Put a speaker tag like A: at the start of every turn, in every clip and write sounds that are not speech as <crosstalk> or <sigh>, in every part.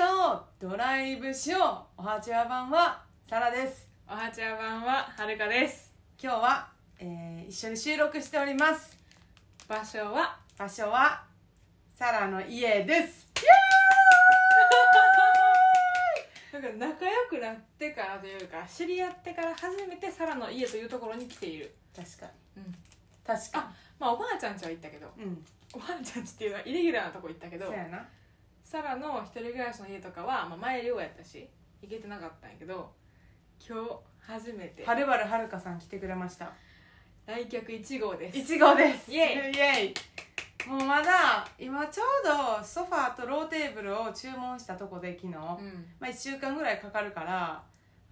A: のドライブしようおはちわ版はサラです
B: おはちゃばんははるかです
A: 今日は、えー一緒に収録しております
B: 場所は
A: 場所はサラの家です
B: なんか仲良くなってからというか知り合ってから初めてサラの家というところに来ている、
A: 確かに
B: うん、
A: 確か
B: あまあおばあちゃんちは行ったけど
A: にうん
B: おばあちゃんちっていうのはイレギュラーなとこ行ったけ
A: そ
B: ど
A: うやな
B: サラの一人暮らしの家とかは、まあ、前寮やったし行けてなかったんやけど今日初めて
A: はるばるはるかさん来てくれました
B: 来客1号です
A: 1号です
B: イエ
A: イエイもうまだ今ちょうどソファーとローテーブルを注文したとこで昨日、
B: うん
A: まあ、1週間ぐらいかかるから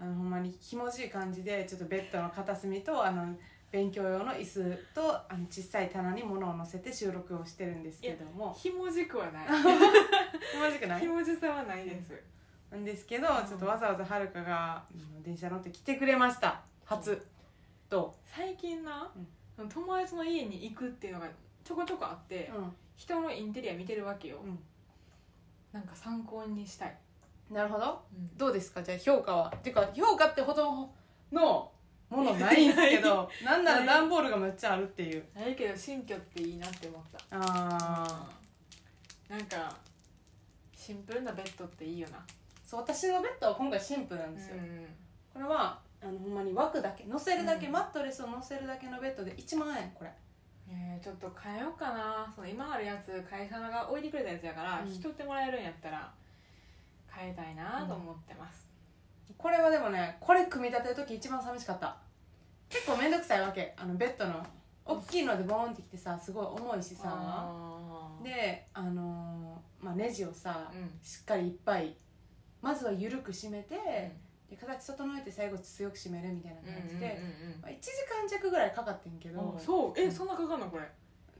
A: あのほんまにひもじい感じでちょっとベッドの片隅とあの勉強用の椅子とあの小さい棚に物を乗せて収録をしてるんですけども
B: ひもじくは
A: <laughs>
B: ない
A: ひもじくない
B: ひもじさはないです
A: なんですけどちょっとわざわざはるかがうん電車乗って来てくれました初と、
B: 最近な、友達の家に行くっていうのがちょこちょこあって、
A: う
B: 人のインテリア見てるわけよ、
A: ん
B: なんか参考にしたい、
A: うん、なるほどどうですかじゃあ評価はっていうか評価ってほどのものないんですけど <laughs> なんなら段ボールがめっちゃあるっていう
B: ないけど新居っていいなって思った
A: ああ
B: なんかシンプルなベッドっていいよな
A: そう私のベッドは今回シンプルなんですよ、これはあのほんまに枠だけ乗せるだけ、
B: うん
A: マットレスを乗せるだけのベッドで1万円これ
B: えーちょっと変えようかなその今あるやつ会社が置いてくれたやつやから、
A: うん
B: 引き取ってもらえるんやったら変えたいなと思ってます、
A: これはでもねこれ組み立てる時一番寂しかった結構面倒くさいわけあのベッドの大きいのでボーンってきてさすごい重いしさ
B: あー
A: であのーまあ、ネジをさ
B: うん
A: しっかりいっぱいまずは緩く締めて、
B: う
A: で形整えて最後強く締めるみたいな感じ
B: ん
A: で、
B: うんうん
A: まあ、1時間弱ぐらいかかってんけ
B: うん
A: ど
B: あそうえ、
A: うん
B: そんなかかんのこれ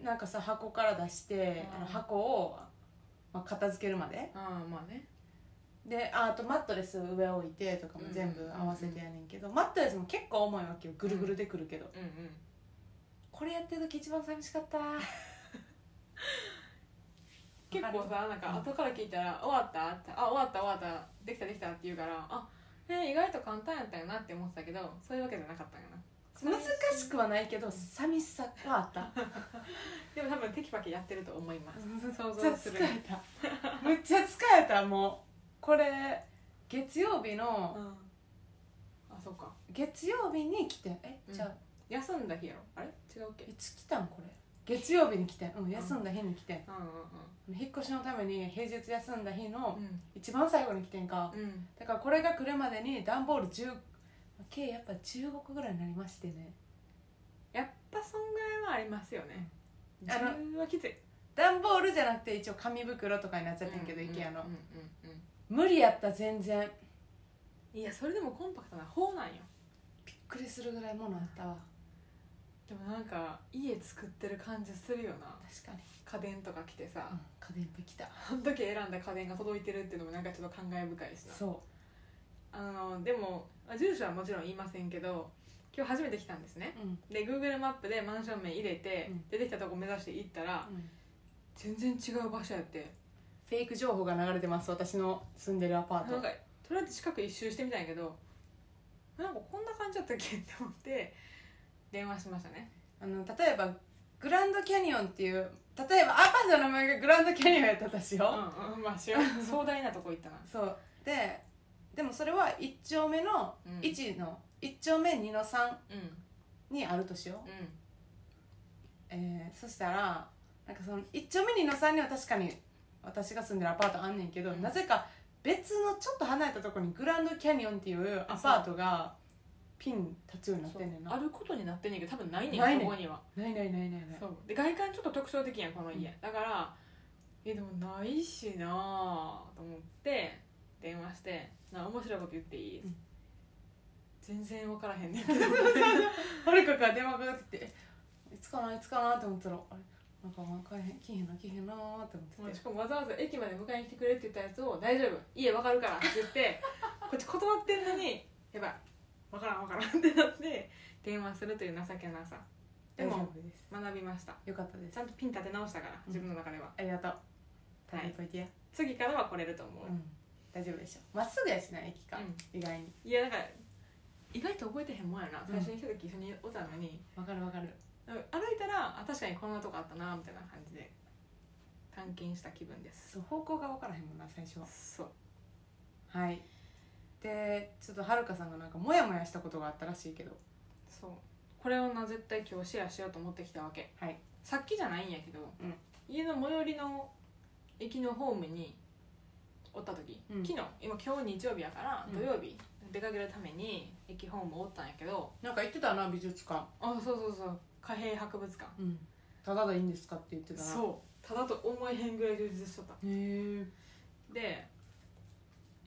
A: なんかさ箱から出してあ
B: うん
A: の箱を、まあ、片付けるまで
B: ああまあね
A: でああとマットレス上置いてとかも全部合わせてやねんけど、マットレスも結構重いわけよぐるぐるでくるけど、
B: うんうん
A: これやってる時一番寂しか <laughs> った
B: 結構さなんか後から聞いたら「終わった?」って「あ終わった終わったできたできた」って言うから「あえ意外と簡単やったよな」って思ってたけどそういうわけじゃなかったんやな
A: 難しくはないけど寂しさはあった
B: でも多分テキパキやってると思います <laughs>
A: め
B: 想
A: っちゃ
B: 像す
A: 疲
B: る
A: れためっちゃ疲れたもうこれ月曜日の
B: うんあそっか
A: 月曜日に来てえ
B: うん
A: じゃあ、
B: 休んだ日やろあれ違うっけ
A: いつ来たんこれ月曜日に来てうん休んだ日に来て、
B: うんうん
A: 引っ越しのために平日休んだ日の
B: うん
A: 一番最後に来てんか、
B: うん
A: だからこれが来るまでに段ボール10計やっぱ15個ぐらいになりましてね
B: やっぱそんぐらいはありますよね
A: あの
B: 10はきつい
A: 段ボールじゃなくて一応紙袋とかになっちゃってんけど、IKEA の
B: うんうんうん
A: 無理やった全然びっ
B: いやそれでもコンパクトな方なんよ
A: くりするぐらいものあったわ
B: でもなんか家作ってる感じするよな
A: 確かに、
B: 家電とか来てさ、
A: うん、家電部来た
B: その時選んだ家電が届いてるっていうのもなんかちょっと感慨深いしな
A: そ
B: あのでもあ住所はもちろん言いませんけど今日初めて来たんですね
A: う、うん
B: で Google マップでマンション名入れて、
A: うん
B: 出てきたとこ目指して行ったら
A: うん
B: 全然違う場所やって
A: フェイク情報が流れてます私の住んでるアパ
B: なん
A: ート
B: かとりあえず近く一周してみたんやけどなんかこんな感じだったっけって思って電話しましたね
A: あの例えばグランドキャニオンっていう例えばアパートの名前がグランドキャニオンやったとしよう、
B: うんうんまあし
A: <laughs>
B: よう壮大なとこ行ったな、
A: そうででもそれは1丁目の
B: うん、
A: 1の1丁目2の3
B: うん
A: にあるとしよう、
B: うん
A: えーそしたらなんかその1丁目2の3には確かに私が住んでるアパートあんねんけど、
B: うん
A: なぜか別のちょっと離れたところにグランドキャニオンっていうアパートがピン立つようになっ
B: そ
A: て
B: うん
A: ねん
B: あ
A: な
B: ることになってんねんけど多分ないねん
A: ないねん
B: そこには
A: ないないないないない
B: そうで外観ちょっと特徴的やんこの家、
A: う
B: だからえでもないしなあと思って電話して「な面白いこと言っていい
A: うん
B: 全然分からへんねん
A: <laughs>
B: けど
A: はるかから電話かかってきてえ「いつかないつかな」って思ったら「あれなんか分からへん来へんな来へんな」って思
B: も
A: っ
B: う
A: て
B: しかもわざわざ駅まで迎えに来てくれって言ったやつを「大丈夫家分かるから」って言って
A: <laughs>
B: こっち断ってんのに「やばい分からん分からん」ってなって電話するという情けなさ
A: て
B: で
A: 大丈
B: も
A: 夫です
B: 学びました
A: よかったで
B: ち
A: す
B: ゃんとピン立て直したから自分の中では、
A: ありがとう食
B: は
A: べ
B: い
A: といてや、
B: 次からは来れると思う、
A: うん、大丈夫でしょまっすぐやしな駅か、意外に
B: いやだから意外と覚えてへんもんやな最初に来た時一緒におったのに、
A: わかるわかる
B: 歩いたらあ確かにこんなとこあったなみたいな感じで探検した気分です
A: そう方向が分からへんもんな最初は
B: そう
A: はいでちょっとはるかさんがなんかモヤモヤしたことがあったらしいけど
B: そうこれをな絶対今日シェアしようと思ってきたわけ
A: はい
B: さっきじゃないんやけど、
A: うん
B: 家の最寄りの駅のホームにおった時、
A: うん
B: 昨日今今日日曜日やから
A: うん
B: 土曜日、出かけるために駅ホームおったんやけど
A: なんか言ってたな美術館
B: あそうそうそう貨幣博物館
A: うんただでいいんですかって言ってたなう
B: そうただと思えへんぐらい充実しとった
A: へえ
B: で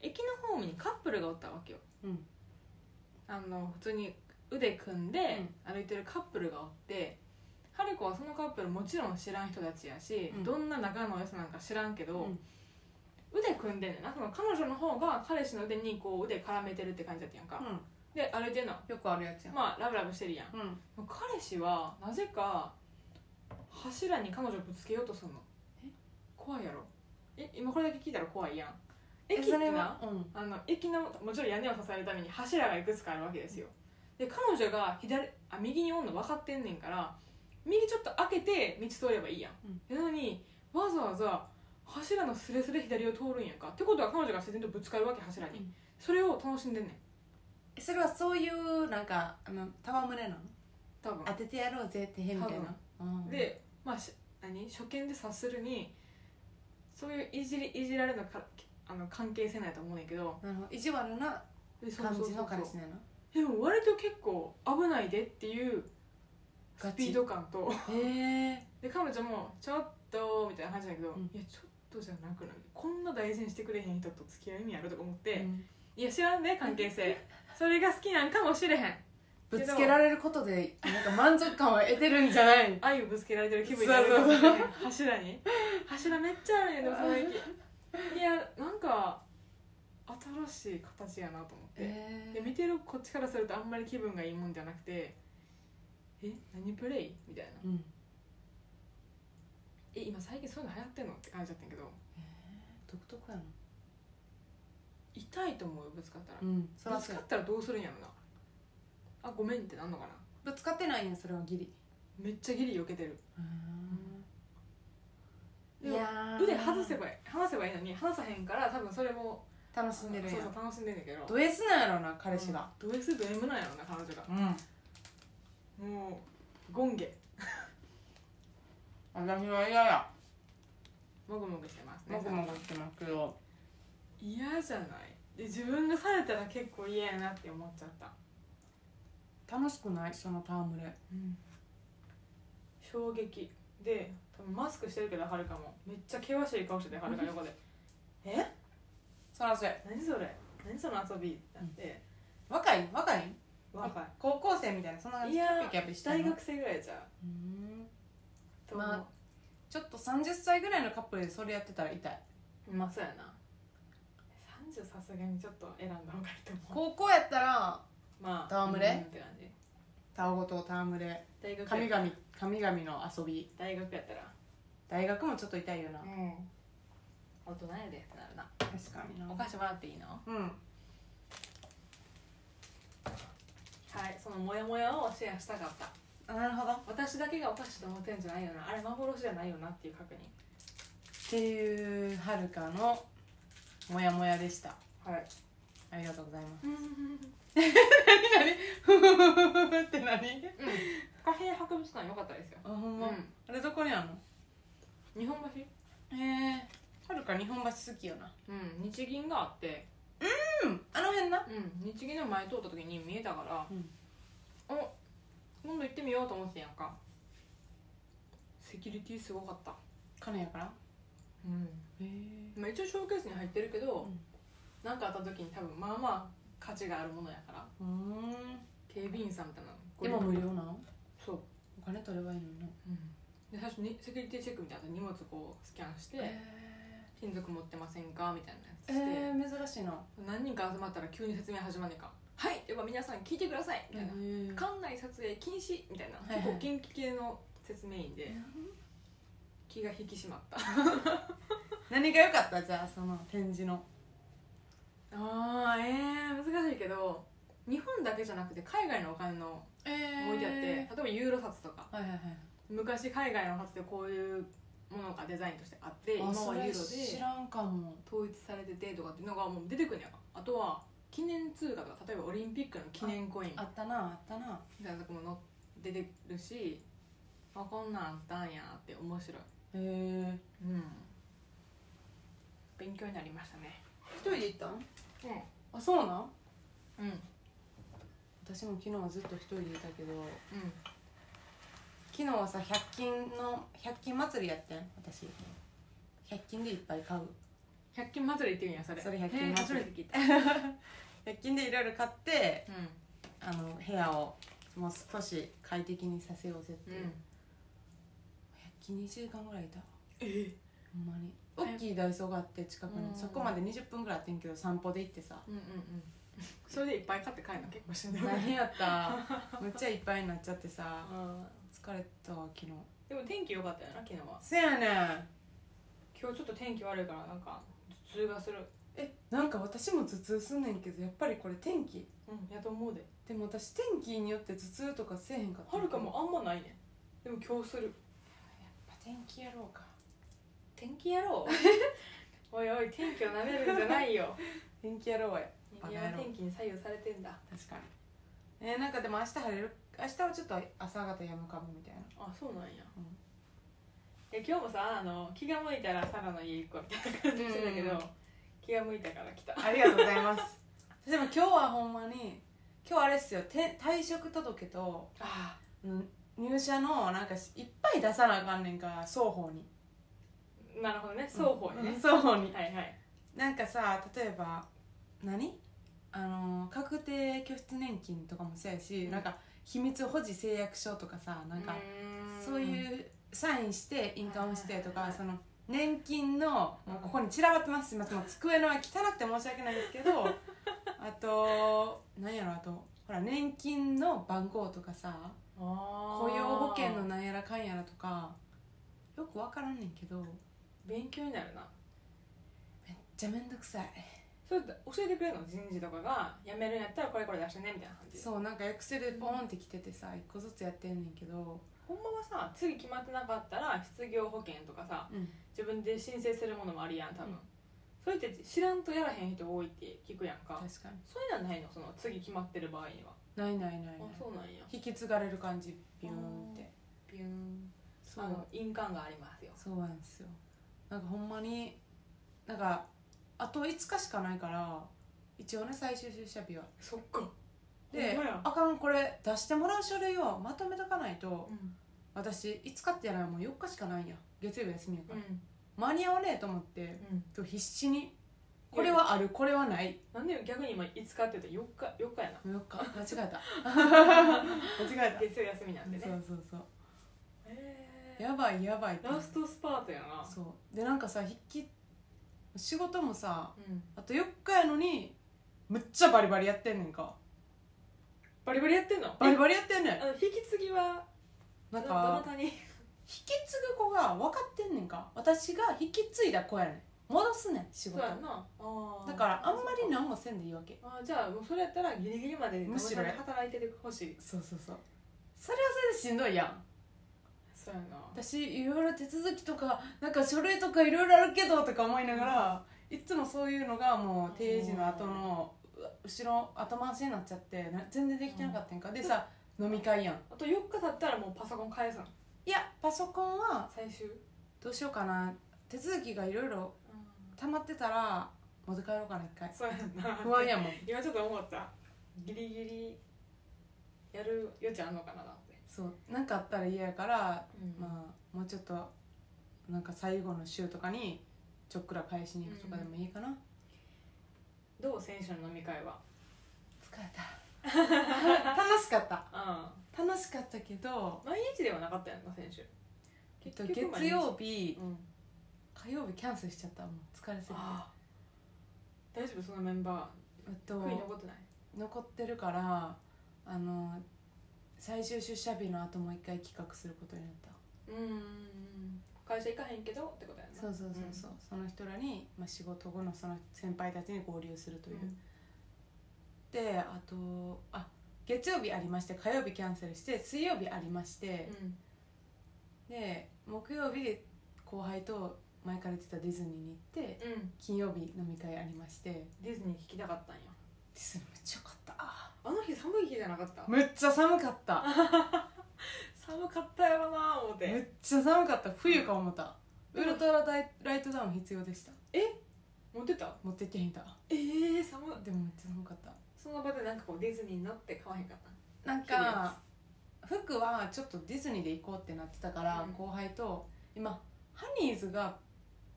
B: 駅のホームにカップルがおったわけよ
A: うん
B: あの普通に腕組んで歩いてるカップルがおって春子はそのカップルもちろん知らん人たちやし、
A: うん
B: どんな仲の良さなんか知らんけど、
A: うん
B: 腕組んでんねんなその彼女の方が彼氏の腕にこう腕絡めてるって感じだったやんか、
A: うん
B: で歩いてんの
A: よくあるやつやん、
B: まあラブラブしてるやん
A: うん
B: 彼氏はなぜか柱に彼女ぶつけようとするの
A: え
B: 怖いやろえ今これだけ聞いたら怖いやん
A: え
B: 駅って
A: それ
B: な
A: はうん
B: あの駅のもちろん屋根を支えるために柱がいくつかあるわけですよで彼女が左あ右におんの分かってんねんから右ちょっと開けて道通ればいいやん、なのにわざわざ柱のすれすれ左を通るんやんかってことは彼女が自然とぶつかるわけ柱に、
A: うん
B: それを楽しんでんねん
A: えそれはそういうなんかあの戯れなの
B: 多分
A: 当ててやろうぜって変みたいな、うん、
B: で、まあ、し何初見で察するにそういういじりいじられるのかあの関係性ないと思うねんけど
A: なるほど意地悪な
B: でそうそう
A: 感
B: そう
A: じ
B: そ
A: の
B: う
A: 彼氏なの
B: でも割と結構危ないでっていうスピード感と <laughs>
A: へえ
B: で彼女も「ちょっと」みたいな感じだけど「
A: うん
B: いやちょっとじゃなくないこんな大事にしてくれへん人と付き合う意味ある」とか思って「
A: うん
B: いや知らんね関係性 <laughs> それが好きなんかもしれへん
A: ぶつけられることでなんか満足感を得てるんじゃない
B: 愛をぶつけられてる気分になるかもしれへん柱に柱めっちゃあるねんでもその駅いやなんか新しい形やなと思って、
A: え
B: で見てるこっちからするとあんまり気分がいいもんじゃなくて「え何プレイ?」みたいな
A: うん
B: 「え今最近そういうの流行ってんの?」って感じだったんやけど
A: 独特やな
B: 痛いと思うよぶつかったら、
A: んそら
B: ぶつ
A: そう
B: か
A: や
B: ったらどうするんやろなあごめんってなんのかな
A: ぶつかってないんやそれはギリ
B: めっちゃギリ避けてるで
A: い
B: も
A: やー
B: 腕外せばいい離せばいいのに離さへんから多分それも
A: 楽しんでるんや
B: そうそう楽しんでんねんけど
A: ド S なんやろな彼氏が
B: うんド S ド M なんやろな彼女が
A: うん
B: もうゴンゲ
A: 私は嫌や
B: もぐもぐしてますね
A: もぐもぐしてますけど
B: 嫌じゃないで自分がされたら結構嫌やなって思っちゃった、
A: 楽しくないその戯れ
B: 衝撃で多分マスクしてるけどはるかもめっちゃ険しい顔しててはるか横で「え
A: そらそうや
B: 何それ何その遊び」ってなって、
A: 若い若い
B: 若い
A: 高校生みたいなそんな感じ
B: いやー
A: ピキャピしてん
B: 大
A: の
B: 学生ぐらいじゃん
A: うん
B: と思う
A: まちょっと30歳ぐらいのカップルでそれやってたら痛い
B: まあそうやな30さすがにちょっと選んだ方がいいと思う
A: 高校やったら
B: まあ
A: 戯れ
B: うんって感じ
A: たわごと戯れ
B: 大学
A: 神々神々の遊び
B: 大学やったら
A: 大学もちょっと痛いよな
B: うん大人やでってなるな
A: 確かにな
B: お菓子もらっていいのは
A: うん
B: いそのモヤモヤをシェアしたかった
A: あなるほどっ
B: 私だけがお菓子と思ってんじゃないよなあれ幻じゃないよなっていう確認
A: ていうはるかのモヤモヤでした
B: はい
A: ありがとうござい <laughs> ます
B: うん <laughs>
A: 何何ふふふって何
B: 貨幣博物館良かったですよ
A: あほん
B: う
A: ま、
B: ん
A: あれどこにあんの
B: 日本橋
A: へえはるか日本橋好きよな
B: うん日銀があって
A: うんあの辺な
B: うん日銀の前通った時に見えたから、
A: うん
B: お今度行ってみようと思ってんやんかセキュリティすごかった
A: 金やから
B: うん
A: へえ
B: まあ、一応ショーケースに入ってるけど
A: うん
B: 何、なん、かあった時に多分まあまあ価値があるものやから
A: うん
B: 警備員さんみたいなの
A: でも無料なの
B: そう、
A: お金取ればいいのにな
B: で最初にセキュリティチェックみたいなの荷物こうスキャンして、
A: へ
B: 金属持ってませんかみたいなやつ
A: え
B: して、
A: 珍しいな
B: 何人か集まったら急に説明始まんねんか「はいでは皆さん聞いてください」みたいな「館内撮影禁止」みたいな、
A: はいはい
B: 結構元気系の説明員で、気が引き締まった
A: 何が良かったじゃあその展示の
B: あーえー、難しいけど日本だけじゃなくて海外のお金の
A: ええ
B: 置いてあって、例えばユーロ札とか
A: はいはいはい
B: 昔海外の札でこういうものがデザインとしてあって今
A: あ
B: は
A: そ
B: ユーロ
A: れ
B: で
A: 知らんかも
B: 統一されててとかっていうのがもう出てくるんやからあとは記念通貨とか例えばオリンピックの記念コインみ
A: あったなあったな
B: たいなとこもの出てるしあこんなんあったんやって面白い
A: へえ
B: うん勉強になりましたね
A: 一人で行ったんあそうなん
B: うんうん
A: 私も昨日はずっと一人でいたけど昨日はさ100均の100均祭りやってん私100均でいっぱい買う
B: 100均祭り行ってみやそれ
A: それ100均祭り
B: へー初めて聞いた
A: 100均でいろいろ買って
B: うん
A: あの部屋をもう少し快適にさせようぜっていう、
B: うん
A: 100均2時間ぐらいいたわ
B: え
A: ほんまに
B: え
A: 大きいダイソーがあって近くに
B: うん
A: そこまで20分ぐらいあってんけど散歩で行ってさ
B: うんうんうんそれでいっぱい買って帰るの結構しんどい
A: 大変やったむっちゃいっぱいになっちゃってさ
B: うん
A: 疲れたわ昨日
B: でも天気良かったよな昨日は
A: せやねん
B: 今日ちょっと天気悪いからなんか頭痛がする
A: えなんか私も頭痛すんねんけどやっぱりこれ天気
B: うんやと思うで
A: でも私天気によって頭痛とかせえへんかった
B: はるかもあんまないねでも今日する
A: やっぱ天気やろうか
B: 天気やろう <laughs> おいおい天気をなめるんじゃない <laughs> よ
A: 天気やろうや
B: 人間は天気に左右されてんだ
A: 確かにえー、なんかでも明日晴れる明日はちょっと朝方やむかもみたいな
B: <laughs> あそうなんや、
A: うん
B: え今日もさあの気が向いたらサラの家行くわみたいな感じしてたけど、
A: うんうん
B: 気が向いたから来た
A: ありがとうございますでも今日はほんまに今日あれっすよて退職届と
B: あ
A: うん入社のなんかしいっぱい出さなあかんねんから双方に
B: ーなるほどね双方に
A: うん
B: ね、
A: 双方に
B: はいはい
A: なんかさ例えば何あの確定拠出年金とかもそうやし、
B: うん
A: なんか秘密保持誓約書とかさなんかそう
B: う
A: いうサインして印鑑をしてと
B: はい
A: か
B: はい
A: その年金の
B: うん
A: もうここに散らばってますすいませんもう机の上汚くて申し訳ないですけ
B: <laughs>
A: どあと何やろあとほら年金の番号とかさ雇
B: 雇
A: 用保険のなんやらかんやらとかよく分からんねんけどめっ
B: 勉強になるな
A: ちゃめんどくさい
B: それ教えてくれるの人事とかが辞めるんやったらこれこれ出してねみたいな感じ
A: そうなんかエクセルでポーンってきててさ一個ずつやってんねんけど
B: ほんまはさ次決まってなかったら失業保険とかさ
A: うん
B: 自分で申請するものもあるやん多分、
A: うん
B: それって知らんとやらへん人多いって聞くやんか
A: 確かに
B: そういうのはないのその次決まってる場合には
A: ないないないない
B: あそうなんや
A: 引き継がれる感じビューンって
B: ビューン
A: そ
B: あの印鑑がありますよ
A: そうなんですよなんかほんまになんかあと5日しかないから一応ね最終出社日は
B: そっか
A: で
B: ほんまや
A: あかんこれ出してもらう書類をまとめとかないと
B: うん、
A: 私5日ってやらもう4日しかないんや月曜日休みやか
B: う
A: ら、
B: ん
A: 間に合わねえと思って
B: うん、
A: 今日必死にこれはあるこれはない
B: なんで逆に今5日って言ったら4日4日やな
A: 4日間違えた間違え
B: 月曜休みな
A: た
B: ん
A: <laughs>
B: で
A: そ
B: ね
A: うそうそう
B: へー
A: やばいやばいって
B: ラストスパートやな
A: そうでなんかさ引き仕事もさ
B: うん
A: あと4日やのにむっちゃバリバリやってんねんか
B: バリバリやってんの
A: バリバリやってんねん
B: あの引き継ぎは
A: なん
B: どな
A: か
B: たに
A: 引き継ぐ子が分かってんねんか私が引き継いだ子やねん戻すねん仕
B: そう
A: 事
B: やなあー
A: だからあんまり何もせんでいいわけ
B: あーじゃあもうそれやったらギリギリまで
A: むしろ
B: どなたで働いててほしい
A: そうそうそうそれはそれでしんどいやん
B: そうやな
A: 私いろいろ手続きとかなんか書類とかいろいろあるけどとか思いながら、いつもそういうのがもう定時の後のうわ後ろ後回しになっちゃってな全然できてなかったんか、でさ飲み会やん
B: あと4日経ったらもうパソコン返すの
A: いやパソコンは
B: 最終
A: どうしようかな手続きがいろいろ溜まってたら持って帰ろうかな一回
B: そうやんな
A: 不安やもん
B: 今ちょっと思ったギリギリやる余地あんのかなって、
A: そう何かあったら嫌やから、
B: うん
A: まあもうちょっとなんか最後の週とかにちょっくら返しに行くとかでもいいかな、
B: どう選手の飲み会は
A: 疲れた <laughs> 楽しかった
B: う
A: 楽しかったけど
B: ん毎日ではなかったやんか選手
A: えっと月曜日
B: うん
A: 火曜日キャンセルしちゃったもう疲れすぎて
B: あー大丈夫そのメンバ
A: えっ
B: ー
A: と
B: 悔い残ってない
A: 残ってるからあの最終出社日の後もう一回企画することになった
B: うーん会社行かへんけどってことやな
A: そうそうそうそう、その人らに、まあ、仕事後のその先輩たちに合流するという、
B: うん
A: であとあ月曜日ありまして火曜日キャンセルして水曜日ありまして、
B: うん
A: で木曜日で後輩と前から言ってたディズニーに行って
B: うん
A: 金曜日飲み会ありましてデ
B: ディズニー聞きたかったんや
A: ィズニーめっちゃよかった
B: あの日寒い日じゃなかった
A: めっちゃ寒かった
B: 寒かったやろな思っ
A: めってちゃ寒かった冬か思った
B: うん
A: ウルトラダイライトダウン必要でした
B: 持ってた
A: 持ってけへんた
B: えー、寒い
A: でもめっちゃ寒かった
B: その場でなんかこうディズニーになって買わへんかった
A: なん
B: 着るや
A: か服はちょっとディズニーで行こうってなってたから、
B: うん
A: 後輩と今ハニーズが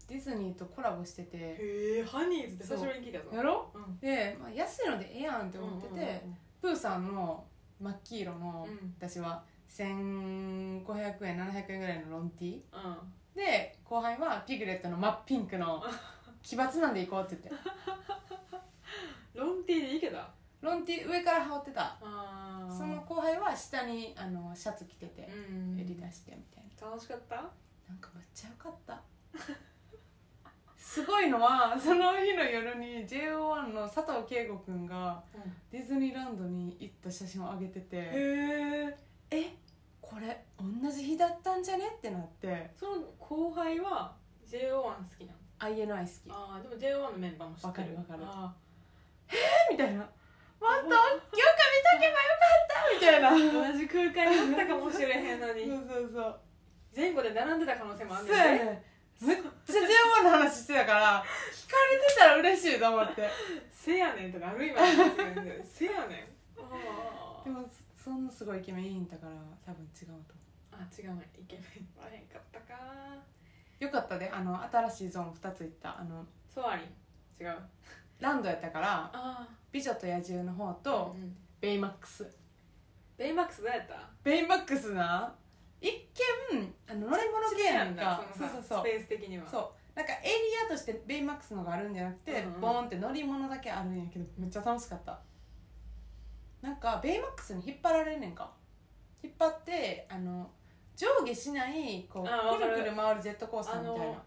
A: ディズニーとコラボしてて
B: へえハニーズって久しぶりに聞いたぞ
A: やろ
B: うん
A: で、まあ、安いのでええやんって思ってて、プーさんの真っ黄色の、
B: うん
A: 私は1500円700円ぐらいのロンティー
B: うんうん
A: で後輩はピグレットの真っピンクの
B: <laughs>
A: 奇抜なんで行こうって言って
B: ロンティーでいいけど
A: ロンティー上から羽織ってた
B: あー
A: その後輩は下にあのシャツ着てて
B: う、ん
A: 襟出してみたいな。
B: 楽しかった
A: なんかめっちゃ良かったすごいのはその日の夜に JO1 の佐藤圭吾君がディズニーランドに行った写真を上げてて
B: へえ
A: えこれ同じ日だったんじゃねってなって
B: その後輩は JO1 好きなの
A: INI 好き
B: ああでも JO1 のメンバーも知ってる
A: わかるわかる
B: あ
A: みたいなもっと
B: ー
A: 強化見とけばよかっ
B: <laughs>
A: たみたいな
B: 同じ空間にあったかもしれへんの
A: そう
B: <laughs> に
A: そうそう
B: 前後で並んでた可能性もあるん
A: そうやねめっちゃ JO1 の話してたから聞かれてたら嬉しいと思って
B: せやねんとかある今の話がねせやねんあ
A: でもそんなすごいイケメンいいんだから多分違うと思う
B: ーあ違うねイケメンバレへんかったか
A: よかったであの新しいゾーン2つ行ったあの
B: ソアリン違う
A: ランドやったから
B: あ
A: 「美女と野獣」の方
B: あ
A: とベイマックス
B: ベイマックスどうやった
A: ベイマックスな一見あの乗り物系やんか
B: そ
A: そうう
B: そ
A: そうう
B: そ
A: そう
B: スペ
A: う
B: ース的には
A: そうなんかエリアとしてベイマックスのがあるんじゃなくて、
B: うんうん
A: ボーンって乗り物だけあるんやけどめっちゃ楽しかったなんかベイマックスに引っ張られんねんか引っ張ってあの上下しないこ
B: あわ
A: う
B: か
A: く
B: る
A: るくる回るジェットコースターみたい
B: あ
A: な
B: の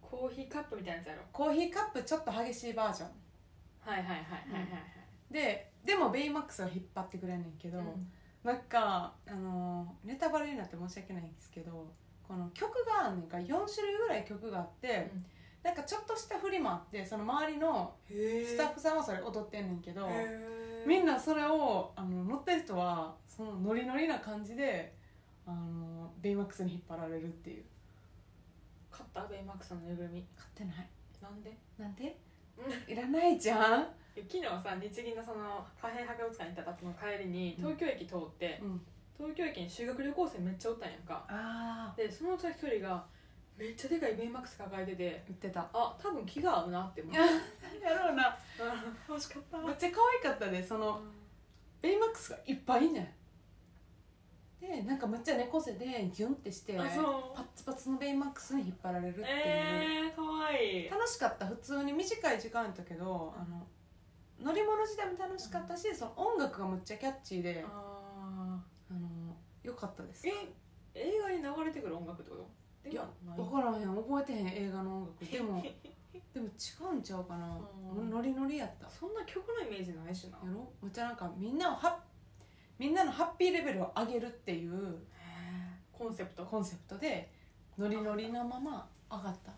B: コーヒーカップみたいなやつやろ
A: コーヒーカップちょっと激しいバージョン
B: はいはいはいはいはい
A: ででもベイマックスは引っ張ってくれんねんけど、
B: はい
A: なんかあのーネタバレになって申し訳ないんですけどこの曲があんねんか4種類ぐらい曲があって、
B: うん
A: なんかちょっとした振りもあってその周りの
B: へ
A: スタッ
B: フ
A: フさんはそれ踊ってんねんけど、み
B: みん
A: ん
B: な
A: なそれをあの乗ってる人はそのノリノリな感じであのベイマックスに引っ張られるっていう
B: 買ったベイマックスのぬいぐるみ
A: 買ってない
B: なんで
A: なんで
B: う
A: いらないじゃん、
B: 昨日さ日銀のその可変博物館に行った時の帰りに
A: うん
B: 東京駅通って、
A: うん、
B: 東京駅に修学旅行生めっちゃおったんやんか
A: ああ
B: でそのうちの一人がめっちゃでかいベイマックス抱えてて
A: 言ってた
B: あ多分気が合うなって思っ
A: やろうな
B: <laughs> た楽しかった
A: めっちゃ可愛かったでそのベイマックスがいっぱいいんねんでなんかめっちゃ猫背でギュンってしてパ
B: あ
A: ッ
B: そう
A: ツパツのベイマックスに引っ張られるっていう、
B: えー、かわいい
A: 楽しかった普通に短い時間やったけどあの乗り物自体も楽しかったしその音楽がむっちゃキャッチーであ
B: あ
A: のよかったです
B: ーえ映画に流れてくる音楽ってこと
A: いや
B: でもな
A: 分
B: い
A: からへん覚えてへん映画の音楽でも <laughs> でも違うんちゃうかな
B: うん
A: ノリノリやったや
B: そんな曲のイメージないしなへ
A: ろむっちゃなんかみんなをハッみんなのハッピーレベルを上げるっていう
B: えコンセプト
A: コンセプトでノリノリなまま上がった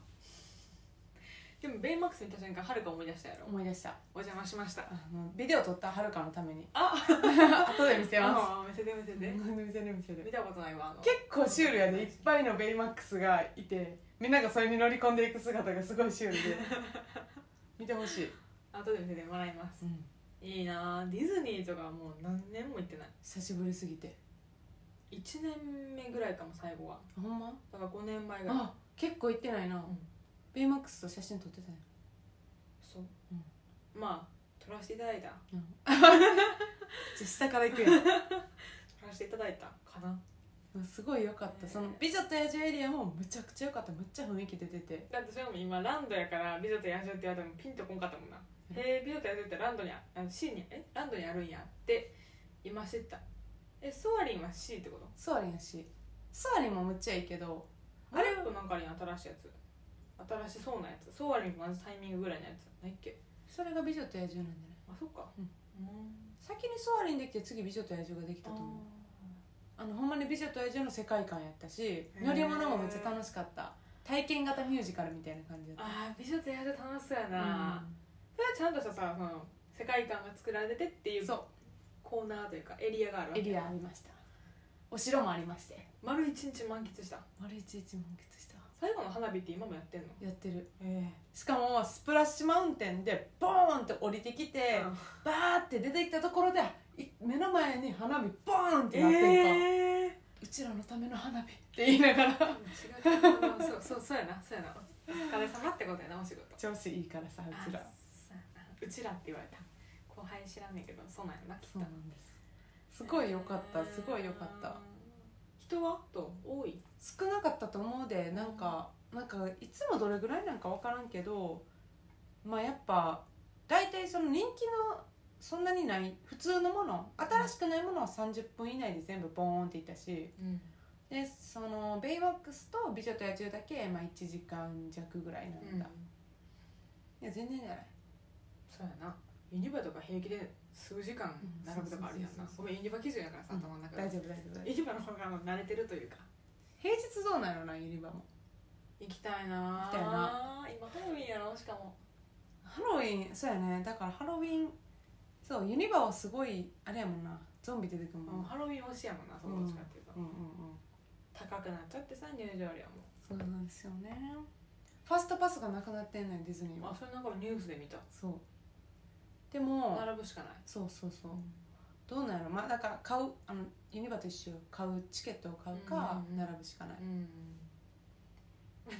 B: でもベイマックスに行った瞬間はるか思い出したやろ
A: 思い出した
B: お邪魔しました
A: あのビデオ撮ったはるかのために
B: あ
A: 後で見せま
B: あ見せて見せ
A: す <laughs>
B: て
A: 見せる見せる
B: 見たことないわあの
A: 結構シュールやでいっぱいのベイマックスがいてみんながそれに乗り込んでいく姿がすごいシュールで <laughs> 見てほしい、
B: 後で見せてもらいますいいなあディズニーとかはもう何年も行ってない
A: 久しぶりすぎて
B: 1年目ぐらいかも最後は
A: ほんま
B: だから5年前ぐらい
A: あ結構行ってないな、
B: ん
A: ベイマックスと写真撮ってたよ、
B: そう、
A: うん
B: まあ撮らせていただいた
A: <laughs> うん、じゃあ下から行くよ
B: 撮らせていただいたかな
A: すごい良かったその「美女と野獣」エリアもむちゃくちゃ良かったむっちゃ雰囲気出てて
B: だってそれも今ランドやから「美女と野獣」って言われてもピンとこんかったもんな「へえ美女と野獣」ってランドにああの C にえランドにあるんやって今知ったえソアリンは C ってこと
A: そうあれやしソアリンもむっちゃいいけど
B: あれとなんかあれやん新しいやつ新しそうなやつソアリンと同じタイミングぐらいのやつないっけ
A: それが「美女と野獣」なんじゃない
B: あそっか
A: うん
B: ん
A: 先にソアリンできて次「美女と野獣」ができたと思うあのほんまに「美女と野獣」の世界観やったし
B: ー
A: 乗り物もめっちゃ楽しかった体験型ミュージカルみたいな感じだっ
B: あー美女と野獣楽しそうや
A: た
B: な、それはちゃんとしたさその世界観が作られててっていう
A: そう
B: コーナーというかエリアがあるわ
A: エ
B: け
A: リアありましたお城もありまして
B: 丸一日満喫した
A: 丸一日満喫した
B: 最後の花火って今もやってんの
A: やってる
B: え
A: しかもスプラッシュマウンテンでボーンって降りてき
B: え
A: て、バーって出てきたところでい目の前に花火ボーンって
B: え
A: なってるから、
B: えー
A: うちらのための花火って言いなが
B: <laughs>
A: ら
B: 違うけどそうそうそうやなそうやなお疲れ様ってことやなお仕事
A: 調子いいからさうちら
B: あそうやなうちらって言われた後輩知らんねんけどそうなんやなきっ
A: そう
B: と
A: なんですすごい良かったすごい良かった
B: 人はと多い
A: 少なかったと思うでなんかなんかいつもどれぐらいなんか分からんけどまあやっぱ大体その人気のそんなにない普通のもの新しくないものは30分以内で全部ボーンっていったし
B: うん
A: でそのベイマックスと「美女と野獣」だけ、まあ、1時間弱ぐらいなんだ、いや全然じゃない
B: そうやなユニバとか平気で数時間並ぶとかあるやん
A: うんそうそうそうそう
B: なごめんユニバ基準やからさ
A: うん
B: 頭の中
A: 大
B: で
A: 丈夫大丈夫大丈夫
B: ユニバの方が慣れてるというか
A: 平日どうなのなユニバも
B: 行きたい
A: 行
B: な
A: きたい
B: な今ハロウィンやろしかも
A: ハロウィンそうやねだからハロウィンそうユニバはすごいあれやもんなゾンビ出てくるもんな
B: ハロウィン推しやもんなそのどっちかっていうと
A: うんうんうん
B: 高くなっちゃってさ入場料も
A: そうなんですよねファストパスがなくなってんのよディズニーは
B: あそれなんかニュースで見た
A: そうでも
B: 並ぶしかない
A: そうそうそうどうなんやろまあだから買うあのユニバと一緒よ買うチケットを買うか
B: うんうんうん
A: 並ぶしかない、
B: うん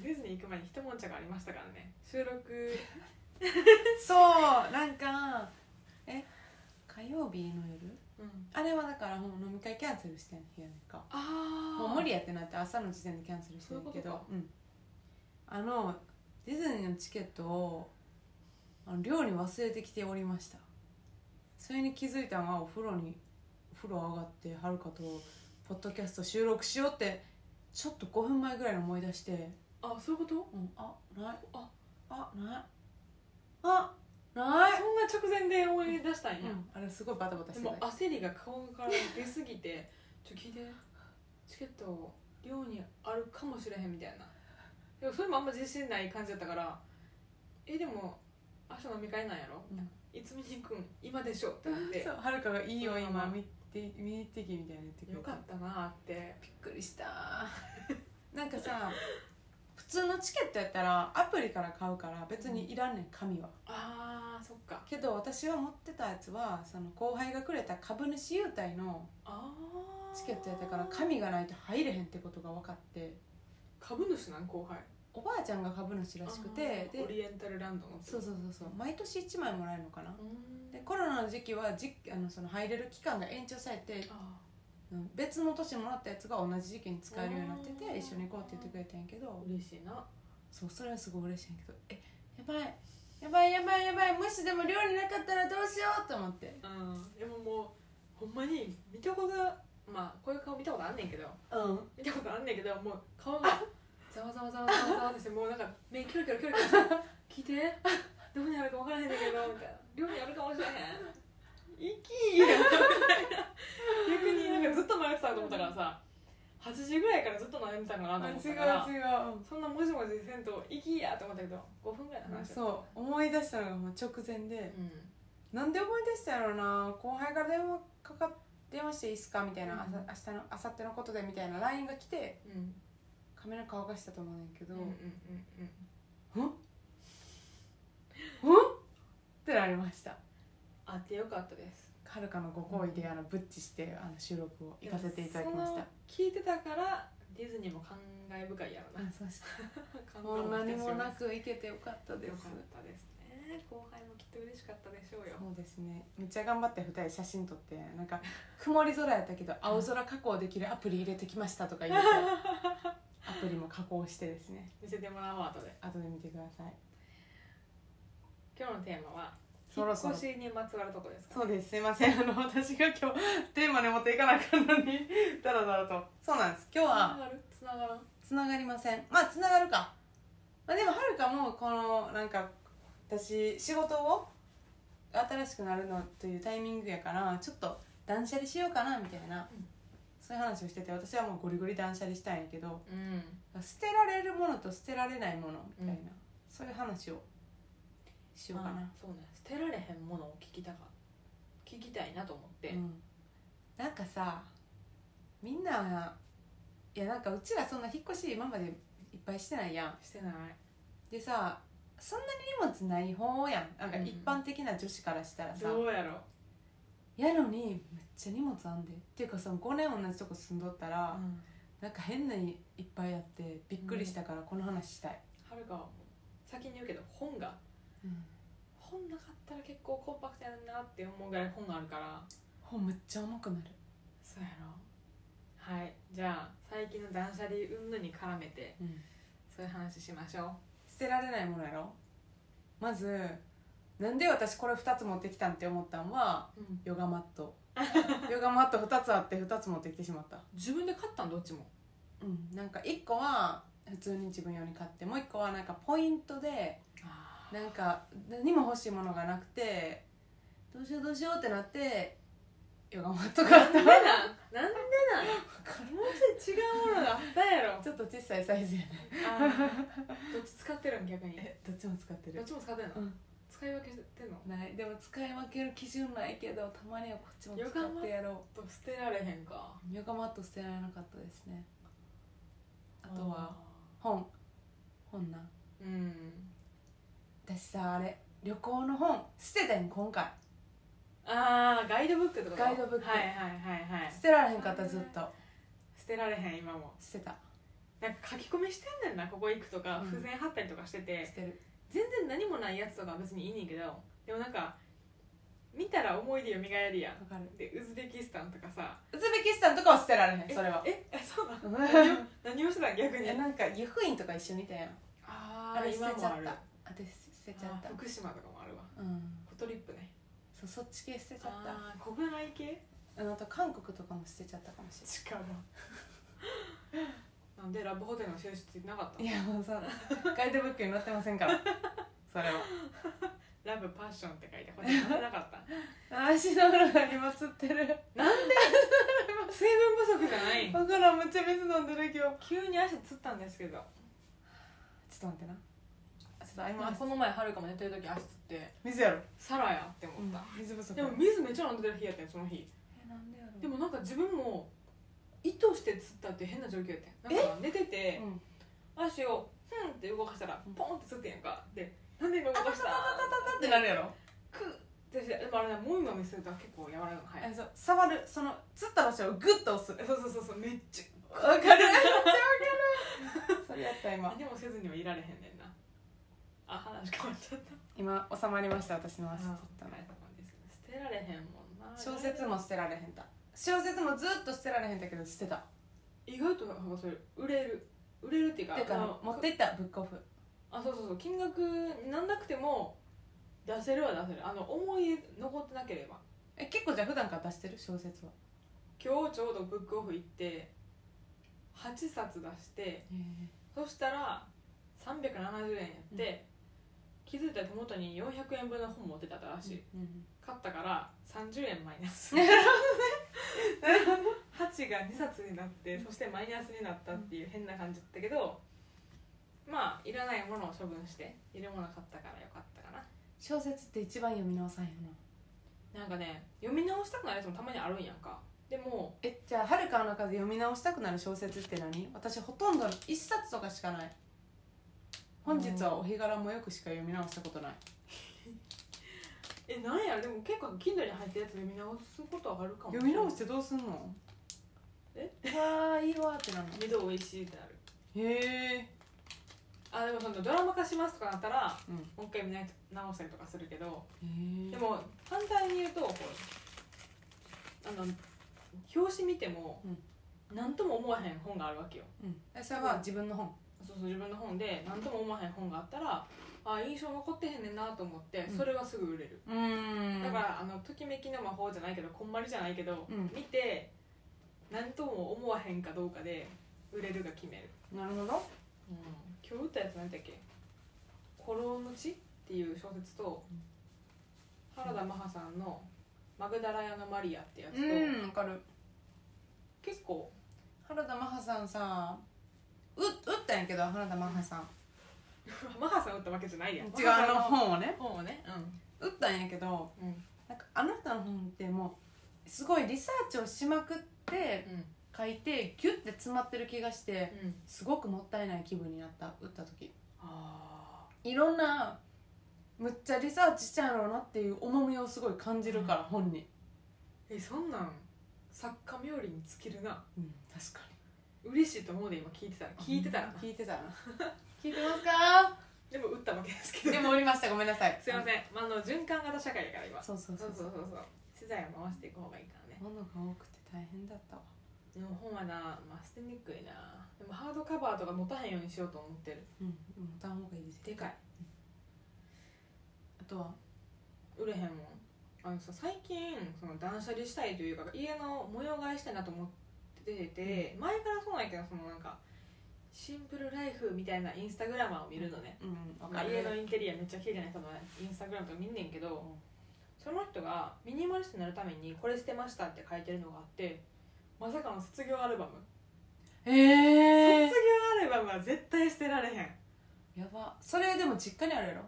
B: ディズニー行く前に一悶着ありましたからね収録
A: そうなんかえ火曜日の夜あれはだからもう飲み会キャンセルしてん日やねんか
B: ああ
A: もう無理やってなって朝の時点でキャンセルしてる
B: そうい
A: け
B: うこと
A: ど
B: か
A: うんあのディズニーのチケットをあの寮に忘れてきておりましたそれに気づいたのはお風呂にお風呂上がってはるかとポッドキャスト収録しようってちょっと5分前ぐらいに思い出して
B: あそういうこと
A: 「うん、あない
B: あ
A: あないあない
B: そんな直前で思い出したんや」
A: うん、あれすごいバタバタ
B: で
A: してた
B: も焦りが顔から出すぎて「ちょ聞いてチケット寮にあるかもしれへん」みたいなでもそれもあんま自信ない感じだったから「えでも明日飲み会なんやろ
A: うん
B: いつ見に行くん今でしょ」ってなって
A: そうはるかが「いいよ
B: うん
A: 今見て見に行ってき」みたいな言って
B: 「
A: くれ
B: よ
A: て
B: かったな」って
A: びっくりしたなんかさ普通のチケットやったらアプリから買うから別にいらんねん紙は
B: あーそっか
A: けど私は持ってたやつはその後輩がくれた株主優待の
B: あー
A: チケットやったから紙がないと入れへんってことが分かって
B: 株主なん後輩
A: おばあちゃんが株主らしくて
B: あーオ
A: で
B: リエンタルランドの
A: そうそうそうそう毎年1枚もらえるのかな
B: うーん
A: でコロナの時期はじあのその入れる期間が延長されて
B: あ
A: うん別の年もらったやつが同じ時期に使えるようになって
B: あ
A: て
B: ー
A: 一緒に行こうって言ってくれたんやけど
B: ー嬉しいな
A: そうそれはすごい嬉しいんやけどえやばいやばいやばいやばいもしでも料理なかったらどうしようと思って
B: うんでももうほんまに見たことまあこういう顔見たことあんねんけど
A: うん
B: 見たことあんねんけどもう顔がざわざわざわざわざわってしてもうなんか目キョロキョロキョロキョロして聞いてどこにあるか分からへんねんけどみたいな寮にあるかもしれへん行きや逆になんかずっと迷ってたと思ったからさ8時ぐらいからずっと悩んでたんかなと思ったから
A: 違う違
B: そんなもじもじせんと行きやと思ったけど5分ぐらいの
A: う
B: 話だった
A: そう思い出したのがもう直前で
B: うん
A: なんで思い出したんやろうな後輩から電話かか電話していいっすかみたいな、
B: うん
A: あさ明日の明後日のことでみたいな LINE が来て
B: うん
A: 髪の乾かしたと思うねんけど、
B: うんうんうんうん
A: うんってなりました
B: あってよかったです
A: はるかのご好意であのブッチしてあの収録を行かせていただきました
B: その聞いてたからディズニーも感慨深いやろな
A: あそうし
B: 感
A: も
B: 動
A: う何もな
B: よ
A: く行けてよかった
B: かっ
A: です
B: たですね後輩もきっと嬉しかったでしょうよ
A: そうですねめっちゃ頑張って2人写真撮ってなんか <laughs> 曇り空やったけど青空加工できるアプリ入れてきましたとか <laughs> 言ってアプリも加工してですね
B: 見せてもらおう後で
A: 後で見てください
B: 今日のテーマは
A: そろそろ
B: 引っ越しにまつわるとこですか
A: そうですすいませんあの私が今日テーマに持っていかなあかんのにダラダラとそうなんです今日は
B: つながるつながらん
A: つながりませんまあつながるか、まあ、でもはるかもこのなんか私仕事を新しくなるのというタイミングやからちょっと断捨離しようかなみたいな、
B: うん
A: そういう話をしてて私はもうゴリゴリ断捨離したいんやけど
B: うん
A: 捨てられるものと捨てられないものみたいな、
B: うん
A: そういう話をしようかな、
B: そうね捨てられへんものを聞きたか聞きたいなと思って、
A: うんなんかさみんないやなんかうちらそんな引っ越し今までいっぱいしてないやん
B: してない
A: でさそんなに荷物ない方やんなんか
B: うん
A: 一般的な女子からしたらさ、
B: どうやろ
A: やのにめっちゃ荷物あんでっていうかさ5年同じとこ住んどったら、
B: うん
A: なんか変なにいっぱいあってびっくりしたからこの話したい、
B: はるかは先に言うけど本が本なかったら結構コンパクトやなって思うぐらい本があるから
A: 本めっちゃ重くなる
B: そうやろはいじゃあ最近の断捨離云々に絡めてそういう話しましょう
A: 捨てられないものやろまずなんで私これ2つ持ってきたんって思ったんは
B: うん、
A: ヨガマッ
B: <laughs>
A: トヨガマット2つあって2つ持ってきてしまった
B: 自分で買ったんどっちも
A: うんなんか1個は普通に自分用に買ってもう1個はなんかポイントで
B: あ
A: なんか何も欲しいものがなくてどうしようどうしようってなってヨガマット買った <laughs>
B: なんでなんなんで <laughs> なんもうちょい違うものがあったやろ
A: ちょっと小さいサイ <laughs> ズやね
B: どっち使ってるん逆に
A: どっちも使って
B: どっちも使ってんの、
A: うん
B: 使い分けしてんの
A: ないでも使い分ける基準ないけどたまにはこっちも使ってやろ
B: と捨てられへんか
A: うヨガマット捨てられなかったですねあとは本本な
B: うん
A: 私さあれ旅行の本捨てたん今回
B: ああガイドブックってこと
A: ガイドブック
B: はいはいはいはい
A: 捨てられへんかったずっと
B: 捨てられへん今も
A: 捨てた
B: なんか書き込みしてんねんなここ行くとか
A: うん
B: 付箋貼ったりとかして
A: 捨て
B: て、
A: る
B: 全然何もないやつとかは別にいいねんけどでもなんか見たら思い出よみがえるや
A: わ
B: ん
A: かる
B: でウズベキスタンとかさ
A: ウズベキスタンとかは捨てられへんそれは
B: ええそうな
A: <laughs>
B: の
A: うん
B: 何を何をしてたん逆に
A: えなんか由布院とか一緒にいたやん
B: あ
A: あ
B: あ
A: れ捨
B: 今
A: てち
B: も
A: ゃ
B: あ
A: っ
B: る
A: た私捨てちゃった
B: あー福島とかもあるわ
A: うん
B: フォトリップね
A: そうそっち系捨てちゃった
B: ああー国内系
A: あのあと韓国とかも捨てちゃったかもし
B: 力 <laughs> なんでラブホテルの収集ついてなかった
A: れ
B: の
A: ないいやもうさガイドブックに載ってませんから <laughs> それは
B: ラブパッションって書いてホテルに載ってなかっ
A: <laughs>
B: た
A: 足の裏が今つってる
B: 水分不足じゃない
A: だからんめっちゃ水飲んでる今日ちょっ
B: 急に足つったんですけど
A: と待ってなあちょっと合います
B: この前はるかも寝てる時足つって
A: 水やろ、
B: サラやって思った、
A: 水不足
B: でも水めっちゃ飲んでる日やったよその日
A: えなんでやろ
B: でもなんか自分も意図してつったっていう変な状況やったよなんか寝てて
A: うん
B: 足をふんって動かしたら
A: うん
B: ポンってつってんやんかでなんで今動かした
A: パってなるやろ
B: クッてしてでもあれねもみもみすると結構柔らかいの早い
A: えそう触るそのつった場所をグッと押す
B: そうそうそうそうめっち
A: わかるめっちゃわか <laughs> るそれやった
B: ゃ
A: 今
B: 何もせずにはいられへんねんなあ話変わっちゃった
A: 今収まりました私の足つったの
B: 捨てられへんもんな
A: 小説も捨てられへんた小説もずっと捨てられへんだけど捨てた
B: 意外となんかそれ売れる売れるっていうか
A: てか
B: あ
A: ね
B: の
A: 持って行ったブックオフ
B: あそうそうそう金額なんなくても出せるは出せるあの思い出残ってなければ
A: え結構じゃあ普段から出してる小説は
B: 今日ちょうどブックオフ行って8冊出してそしたら370円やって、気づいたら手元に400円分の本持ってたらしい、
A: うん
B: 買ったから30円マイ
A: <laughs>
B: ナス <laughs> 8が2冊になってそしてマイナスになったっていう変な感じだったけどまあいらないものを処分しているもの買ったからよかったかな
A: 小説って一番読み直さんよな
B: なんかね読み直したくなるやつもたまにあるんやんかでも
A: えじゃあはるかの中で読み直したくなる小説って何私ほとんど一冊とかしかない本日はお日柄もよくしか読み直したことない
B: えなんやろでも結構 Kindle に入ったやつ読み直すことはあるかも
A: 読み直してどうすんの
B: え
A: わあいいわーってなる
B: 二度おいしいってなる
A: のへえ
B: あでもそのドラマ化しますとかなったら
A: うん
B: もう一回見直したりとかするけど
A: へえ
B: でも反対に言うとこうあの表紙見ても
A: うん
B: 何とも思わへん本があるわけよ
A: うんえそれは自分の本
B: そうそう自分の本で何とも思わへん本があったらあ印象残ってへんねんなと思ってそれはすぐ売れる、
A: うーん
B: だからあのときめきの魔法じゃないけどこんまりじゃないけど、
A: うん
B: 見て何とも思わへんかどうかで売れるが決める、
A: なるほど
B: 今日売ったやつ何だっけ「コロムチ」っていう小説と、
A: うん
B: 原田マハさんの「マグダラヤのマリア」ってやつと、
A: うんわかる
B: 結構
A: 原田マハさんさう打ったんやけど原田マハさん
B: マハさん売ったわけじゃないやん
A: 違うあの本をね
B: 本をね
A: 打ったんやけど
B: うんうん
A: なんかあなたの本ってもうすごいリサーチをしまくって書いてギュッて詰まってる気がして
B: うん
A: すごくもったいない気分になった打った時
B: あ
A: いろんなむっちゃリサーチしたんやろうなっていう重みをすごい感じるから、
B: うん
A: 本に、
B: ーえそんなん作家冥利に尽きるな
A: うん、確か
B: 嬉しいと思うで今聞いてたら
A: に
B: 聞いてたらな
A: 聞いてたら聞いてます <laughs> か
B: でも打ったわけですけど
A: でもおりましたごめんなさい
B: すいま
A: ん
B: せん、まあ、あの循環型社会だから今そ
A: そうそう
B: う
A: そ
B: そうう
A: そ
B: そううそう資材を回していく方がいいからね
A: 物が多くて大変だったわ
B: でも本はな、まあ、捨てにくいなでもハードカバーとか持たへんようにしようと思ってる
A: うん持たん方がいいです
B: でかい
A: あとは
B: 売れへんもんあのさ最近その断捨離したいというか家の模様替えしたいなと思ってて、前からそうなんやけどそのなんかシンプルライフみたいなインスタグラマーを見るのね、
A: うんわ
B: ま
A: か
B: あ、
A: る
B: 家のインテリアめっちゃ綺麗な人のインスタグラムとか見んねんけど、その人がミニマリストになるためにこれ捨てましたって書いてるのがあってまさかの卒業アルバム、
A: ええ
B: 卒業アルバムは絶対捨てられへん
A: やばそれでも実家にあるやろ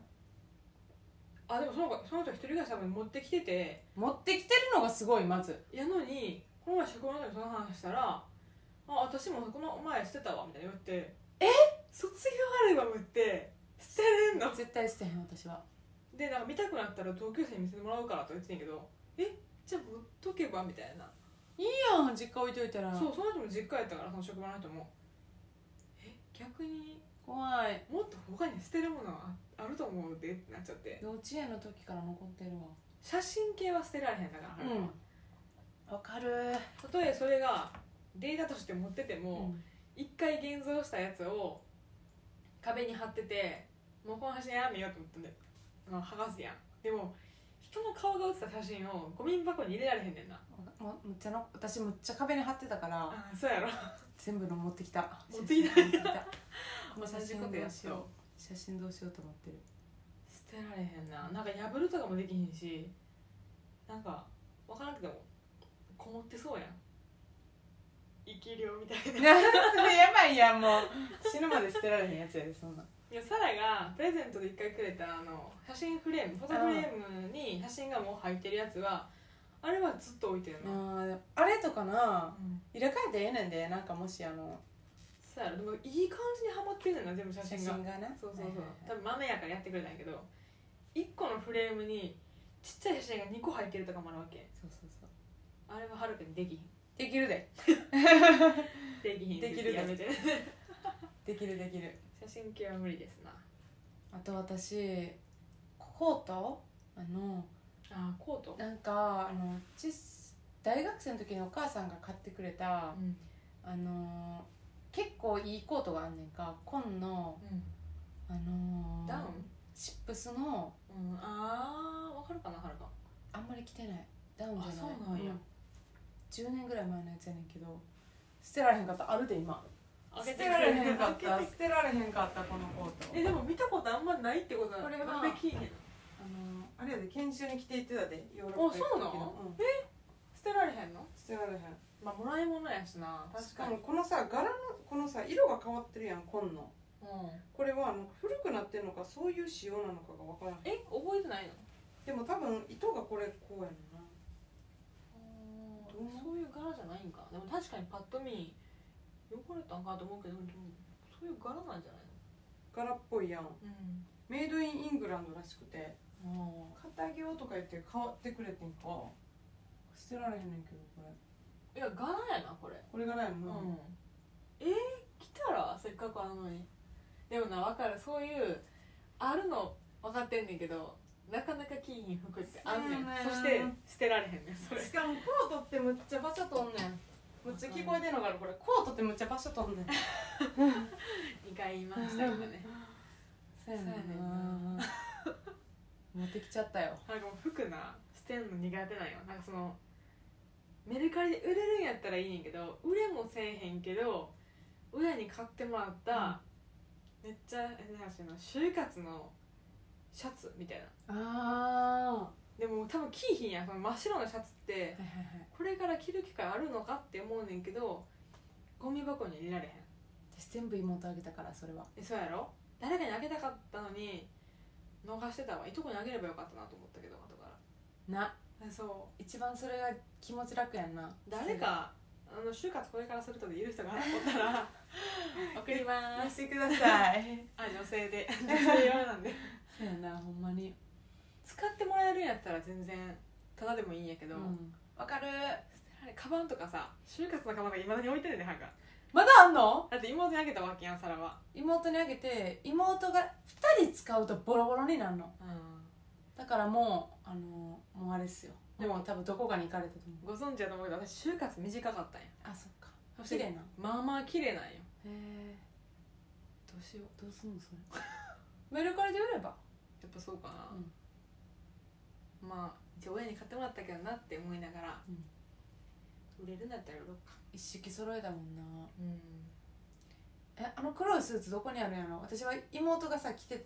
B: あでもその子その人一人暮らし多分持ってきてて
A: 持ってきてるのがすごいま <laughs> ず
B: やのにこの前職場の人にその話したら「あ私もこの前捨てたわ」みたいな言って「え卒業アルバムって捨てれんの?
A: 絶対捨てへん私は」
B: でなんか見たくなったら同級生に見せてもらうからとか言ってんやけど「えじゃあ持っとけば」みたいない
A: いやん実家置いといたら
B: そうその人も実家やったからその職場の人もえ逆に
A: 怖い
B: もっと他に捨てるものはああると思うでってなっちゃって
A: 幼稚園の時から残ってるわ
B: 写真系は捨てられへんだから、彼は
A: わかる
B: たとえそれがデータとして持ってて
A: う
B: も
A: ん
B: 一、回現像したやつを壁に貼っててもうこの写真やめようと思ったんであの剥がすやんでも人の顔が写ってた写真をゴミ箱に入れられへんねんな
A: もむっちゃの私むっちゃ壁に貼ってたから
B: あそうやろ
A: 全部の持ってきた
B: 持ってきた
A: 写真持ってきた
B: 同
A: <laughs>
B: じことやっと
A: 写真どうしようと思ってる
B: 捨てられへんななんか破るとかもできへんしなんか分からなくてもこもってそうやん生き量みたいな
A: <laughs> やばいやんもう死ぬまで捨てられへんやつやでそんない
B: やサラがプレゼントで一回くれたあの写真フレームフォトフレームに写真がもう入ってるやつはあれはずっと置いてる
A: あ
B: な、
A: ーあれとかな
B: うん
A: 入れ替えてええねんでなんかもしあの
B: そうやろでもいい感じにはまってんねんな全部写真が
A: ね
B: そうそうそう、多
A: はい
B: 分豆やからやってくれたんやけど1個のフレームにちっちゃい写真が2個入ってるとかもあるわけ
A: そうそうそう
B: あれははるかにできひん
A: できるで
B: できひんって言っ
A: でき
B: て
A: る
B: やめて
A: できるできる
B: 写真系は無理ですな
A: あと私コートあの
B: あコート
A: なんかあのちっ大学生の時にお母さんが買ってくれた
B: うん
A: あのー結構いいコートがあんねんか紺のあのー
B: ダウン、
A: シップスの
B: うん、あーわかるかなはるか
A: あんまり着てないダウンじゃない
B: あそうなんや
A: 10年ぐらい前のやつやねんけど捨てられへんかったあるで今捨てられへんかった捨てられへんかったこのコート
B: えでも見たことあんまないってことなの
A: これは
B: なんで聞いへんの
A: あのあれやで研修に来ていってたでヨー
B: ロッパ行く時の
A: え
B: 捨てられへんの
A: 捨てられへん
B: まあもらい物やしな
A: しかもこのさ柄のこのさ色が変わってるやん紺の
B: うん
A: これはあの古くなってるのかそういう仕様なのかが分からん
B: え覚えてないの
A: でも多分糸がこれこうやんなどう
B: そういう柄じゃないんかでも確かにパッと見汚れたんかと思うけどでもそういう柄なんじゃな
A: 柄
B: い
A: っぽいやん
B: の
A: メイドインイングランドらしくて
B: うん
A: 片着をとか言って変わってくれてんか捨てられへんねんけどこれ
B: いや柄やなこれ
A: これがないもんな、
B: うん、えー、来たらせっかくあのにでもな分かるそういうあるの分かってんねんけどなかなか着いひん服ってあんねん
A: そうやねん
B: そして捨てられへんねんそれ
A: しかもコートってむっちゃバサとんねんむっちゃ聞こえてんのがあるこれコートってむっちゃ場所飛んでん
B: 2回言いましたからね
A: そうやねんな持ってきちゃったよ
B: なんかもう服な捨てんの苦手なんよなんかそのメルカリで売れるんやったらいいねんけど売れもせえへんけど親に買ってもらった、めっちゃえなんかその就活のシャツみたいな
A: ああは
B: でも多分着いひんやんその真っ白のシャツって
A: いはいはい
B: これから着る機会あるのかって思うねんけどゴミ箱に入れられへん
A: 私全部妹あげたからそれは
B: えそうやろ誰かにあげたかったのに逃してたわいとこにあげればよかったなと思ったけど後から
A: な
B: えそう
A: 一番それが気持ち楽やんな
B: 誰かあの就活これからするとでいる人がおったら <laughs> 送りま
A: や
B: す
A: てください
B: あ女性で女性用なんで
A: <laughs> そうやなほんまに
B: 使ってもらえるんやったら全然ただでもいいんやけ
A: う
B: ど、
A: ん
B: わかる捨てられカバンとかさ就活のカバンがいまだに置いてるねはが
A: まだあんの
B: だって妹にあげたわけやん皿は
A: 妹にあげて妹が2人使うとボロボロになるのだからもうあのもうあれっすよでも多分どこかに行かれたと思う
B: ご存知だと思うけど私就活短かったんや
A: あそっか
B: そして
A: 綺麗な
B: まあまあ綺麗なんよ
A: へえ
B: どうしよう
A: どうすんのそれ <laughs> メルカリで売れば
B: やっぱそうかな、まあ一応親に買ってもらったけどなって思いながら、
A: うん
B: 売れるんだったら売ろうか
A: 一式揃えたもんな
B: うん
A: えあの黒いスーツどこにあるんやろ私は妹がさ着て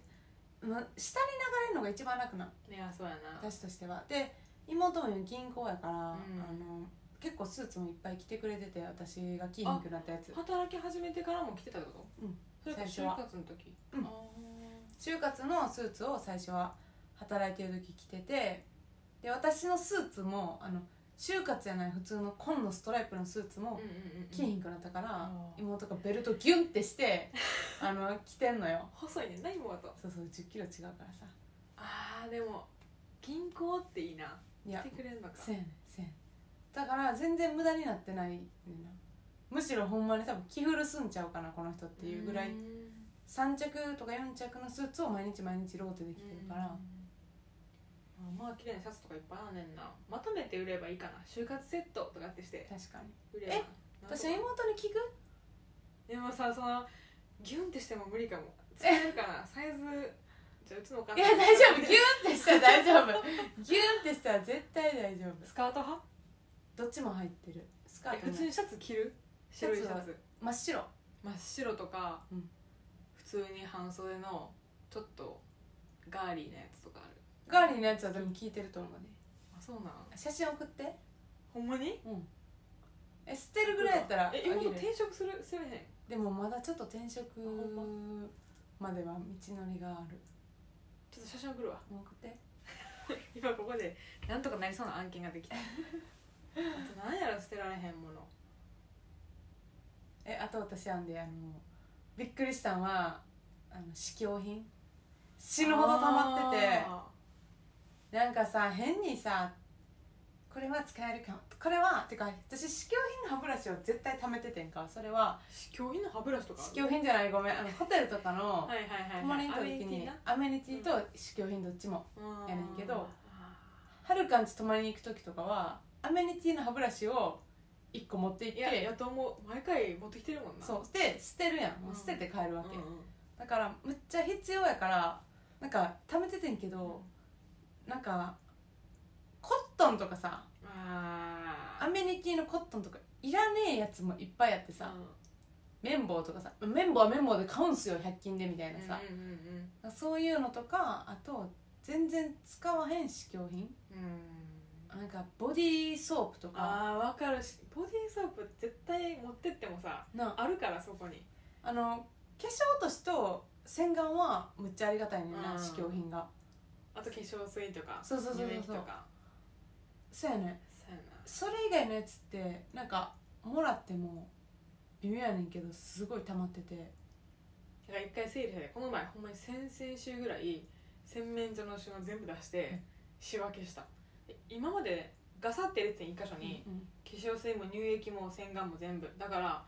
A: ま下に流れるのが一番楽なん
B: いやそうやな
A: 私としてはで妹も銀行やから、あの
B: ん
A: 結構スーツもいっぱい着てくれてて私が着ひんくなったやつ
B: 働き始めてからも来てたってこと
A: うん
B: それか
A: 最
B: 就
A: 初
B: 活の時
A: うん
B: あ
A: 就活のスーツを最初は働いてる時着ててで私のスーツもあの就活じゃない普通の紺のストライプのスーツ
B: ー
A: も
B: うんうんうん
A: 着ひんくなったから、
B: うん
A: 妹がベルトギュンってしてあの着てんのよ
B: 細いねんな妹
A: そうそう1 0キロ違うからさ
B: あーでも銀行っていいない来
A: や
B: てくれんのか
A: せやねんせやねんだから全然無駄になってないねんなむしろほんまに多分着古すんちゃうかなこの人っていうぐらい
B: うん
A: 3着とか4着のスーツを毎日毎日ローテで着てるから
B: うんまあまあ綺麗なシャツとかいっぱいあんねんなまとめて売ればいいかな就活セットとかってして
A: 確かに
B: 売れば
A: え
B: なんとか
A: 私妹に聞く
B: でもさそのギュンってしても無理かも使えるかなサイズじゃあうちのお母
A: いや大丈夫ギュンってしたら大丈夫ギュンってしたら絶対大丈夫
B: スカート派
A: どっちも入ってるスカー
B: え
A: ト
B: 普
A: も
B: 通にシャツ着る白いシ
A: シ
B: ャ
A: ャツ
B: ツ
A: 真っ白
B: 真っ白とか、
A: うん
B: 普通に半袖のちょっとガーリーなやつとかある
A: ガーリーのやつはでも聞いてると思うね
B: あそうなん
A: 写真送って
B: ほんまに
A: うんえ捨てるぐらいやったらあ
B: え
A: げる
B: 妹転職するせえ
A: で
B: へん
A: もまだちょっと転職
B: ほ
A: までは道のりがある
B: ちょっと写真送るわ
A: もう送って
B: 今ここでなんとかなりそうな案件がで
A: <laughs>
B: きたあと何やら捨てられへんもの
A: えあと私あんであのびっくりしたんはあの試供品死ぬほど溜まってて
B: あ
A: なんかさ変にさこれは使えるかもこれはてか私試供品の歯ブラシを絶対貯めててんかそれは
B: ー試供品の歯ブラシとかある
A: 試供品じゃないごめんあのホテルとかの
B: はいはいはい
A: 泊まりに行った
B: ア
A: 時
B: メニティ
A: に
B: な
A: アメニティと試供品どっちもやねんけど
B: あ
A: はるかんち泊まりに行く時とかはアメニティの歯ブラシを1個持って行っ
B: ーいやや
A: て
B: と思う毎回持ってきてるもんな
A: そうで捨てるやんもう
B: うん
A: 捨てて帰る
B: う
A: わ
B: ん
A: け、
B: うん
A: だからむっちゃ必要やからなんか貯めててんけどなんかコットンとかさ
B: あ
A: アメニティのコットンとかいらねえやつもいっぱいあって
B: さ
A: さ、綿棒とかさ綿棒は綿棒で買うんすよ100均でみたいなさ、
B: うんうんうん
A: そういうのとかあと全然使わへん試供品
B: うん
A: なんかボディーソープとか
B: あーわかるしボディーソープ絶対持ってってもさ
A: な
B: あるからそこに
A: あの化粧落としと洗顔はむっちゃありがたいねん
B: う
A: なん試供品が
B: あと化粧水とか
A: そうそうそうそう
B: 乳液とか
A: そうやね
B: そうやな
A: それ以外のやつってなんかもらっても微妙やねんけどすごい溜まってて
B: だから一回整理してこの前ほんまに先々週ぐらい洗面所の品全部出して仕分けしたで今までガサって入れてて一箇所に、
A: うん
B: 化粧水も乳液も洗顔も全部だから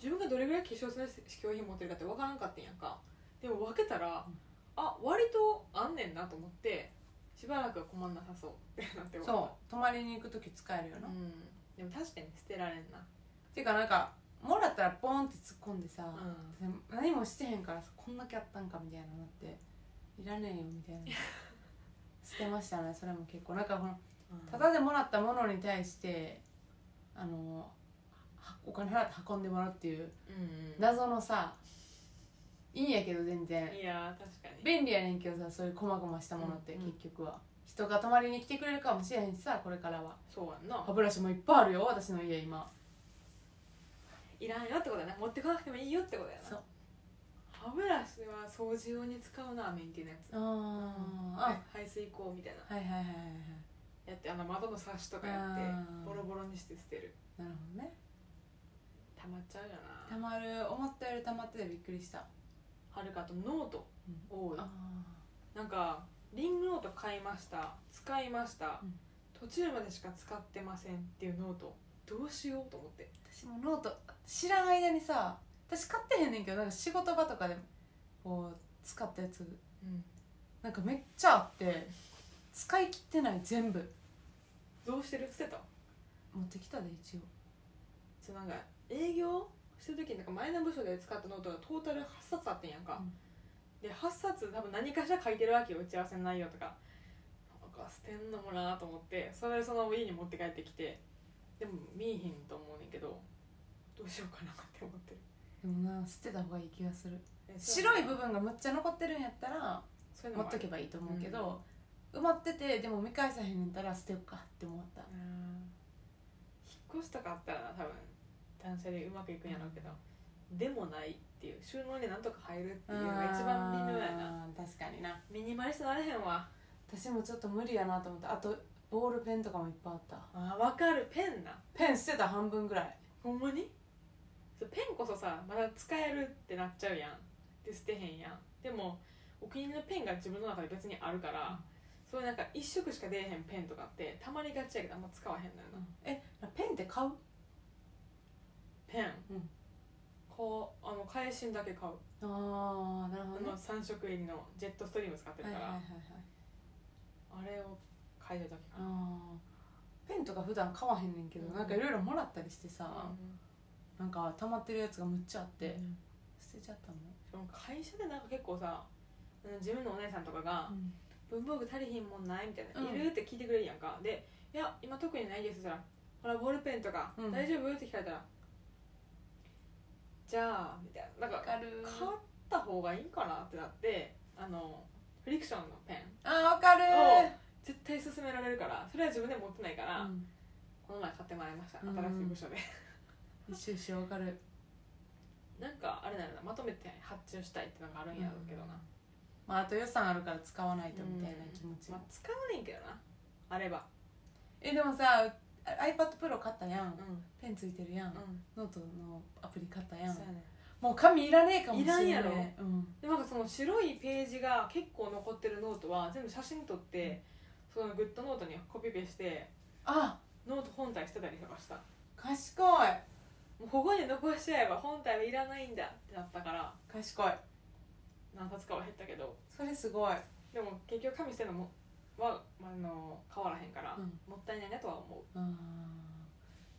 B: 自分がどれぐらい化粧水の試供品持ってるかって分からんかったんやんかでも分けたら、
A: うん
B: あ割とあんねんなと思ってしばらくは困んなさそうってなって終わっ
A: そう泊まりに行く時使えるよ
B: た
A: な、
B: うんでも確かに捨てられんな
A: ていうかなんかもらったらポンって突っ込んでさ、
B: う
A: でも何もしてへんからさこんだけあったんかみたいなのっていらねえよみた
B: <laughs>
A: いなしてましたねそれも結構なんかこの
B: ん
A: ただでもらったものに対してあのはお金払って運んでもらうっていう
B: うん
A: 謎のさいいんやけど全然
B: いやー確かに
A: 便利やねんけどさそういう細々したものって
B: うん
A: 結局は、人が泊まりに来てくれるかもしれへんしさこれからは
B: そうやんな
A: 歯ブラシもいっぱいあるよ私の家今
B: いらんよってことやな持ってこなくてもいいよってことや
A: そう
B: な歯ブラシは掃除用に使うなメンテナンス
A: あー、
B: はい
A: あ
B: 排水口みたいな
A: はいはいはいはいはい
B: やってあの窓のサッシとかやって
A: あー
B: ボロボロにして捨てる
A: なるほどね
B: 溜まっちゃうよ
A: た
B: な
A: まる思ったよりたまっててびっくりした
B: はるかとノート多い
A: あ
B: なんかリングノート買いました使いました、
A: うん
B: 途中までしか使ってませんっていうノートどうしようと思って
A: 私もノート知らん間にさ私買ってへんねんけどなんか仕事場とかでこう使ったやつなんかめっちゃあって使い切ってない全部
B: どうしてる捨てた
A: 持ってきたで一応
B: そうなんか営業してる時になんか前の部署で使ったノートがトータル8冊あってんやんか、で8冊多分何かしら書いてるわけよ打ち合わせの内容とかなんか捨てんのもなと思ってそれその家に持って帰ってきてでも見えへんと思うねんけどどうしようかなって思ってる
A: でもな捨てた方がいい気がする
B: えそう
A: 白い部分がむっちゃ残ってるんやったら
B: そういう
A: 持っ
B: のもあ
A: と
B: る
A: けばいいと思うけど、埋まっててでも見返さへんねんたら捨てようかって思った
B: うん引っ越しとかあったらな多分断捨離うまくいくんやろうけど、でもないっていう収納になんとか入るっていうのが一番微妙や
A: あ
B: な
A: ー確かにな
B: ミニマリストなれへんわ
A: 私もちょっと無理やなと思ったあとボールペンとかもいっぱいあった
B: あ分かるペンな
A: ペン捨てた半分ぐらい
B: ほんまにそうペンこそさまだ使えるってなっちゃうやんで捨てへんやんでもお気に入りのペンが自分の中で別にあるから、
A: うん
B: そういうなんか一色しか出えへんペンとかってたまりがちやけどあんま使わへんのよな、
A: えペンって買う
B: ペン、
A: うん
B: こうあの返しんだけ買う
A: ああなるほ
B: あ
A: どね
B: の3色入りのジェットストリーム使ってる
A: はい
B: か
A: はいはいはい
B: ら、あれを買いた時かな、
A: あーペンとか普段買わへんねんけど、
B: うん
A: なんかいろいろもらったりして
B: う
A: さ、
B: ん
A: なんか溜まってるやつがむっちゃあって、
B: うん
A: 捨てちゃったも
B: しかも会社でなんか結構さうん自分のお姉さんとかが
A: ん、
B: 「文房具足りひんもんない?」みたいな「
A: うん
B: いる?」って聞いてくれるやんかで「いや今特にないです」って言ったら「ほらボールペンとか
A: うん
B: 大丈夫?」って聞かれたら「じゃあ」みたいななん
A: わ
B: か
A: かる
B: 買った方がいいんかなってなってあのフリクションのペン
A: あーわかるー
B: 絶対勧められるからそれは自分で持ってないから、
A: うん
B: この前買ってもらいました
A: うん
B: 新しい部署で <laughs>
A: 一緒一緒わかる
B: なんかあれだよなまとめて発注したいってのがあるんやろうけどな、
A: まああと予算あるから使わないとみたいな気持ち
B: ま
A: も
B: あ、使わねんけどなあれば
A: えでもさ iPadPro 買ったやん
B: ん
A: ペンついてるやん、
B: うん
A: ノートのアプリ買ったやん
B: そうやね
A: もう紙いらねえかもしれない
B: いらんやろ
A: うん、
B: でもなんかその白いページが結構残ってるノートは全部写真撮って、そのグッドノートにコピペして
A: あ
B: ノート本体してたりとかしたも
A: 賢いう
B: 保護に残しちゃえば本体はいらないんだってなったから
A: 賢い
B: 何冊かは減ったけど
A: それすごい
B: でも結局紙捨てるのもはあの変わらへんから、
A: うん
B: もったいないなとは思う
A: うん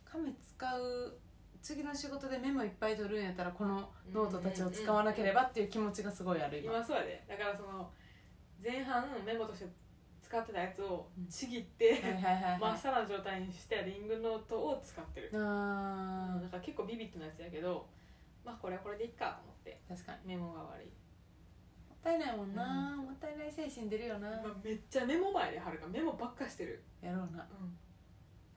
A: 紙使う次の仕事でメモいっぱい取るんやったらこのノートたちを使わなければっていう気持ちがすごいある今
B: 今そうやでだからその前半メモとして使ってたやつをちぎって、
A: はいはいはい、
B: <laughs> 真
A: は
B: っ
A: い、
B: さらの状態にしてリングノートを使ってる、
A: あ
B: だから結構ビビッドなやつやけどまあこれはこれでいっかと思って
A: ー確かに
B: メモが悪い、
A: もったいないもんな、もったいない精神出るよな、
B: まあ、めっちゃメモ前ではるかメモばっかしてる
A: やろうな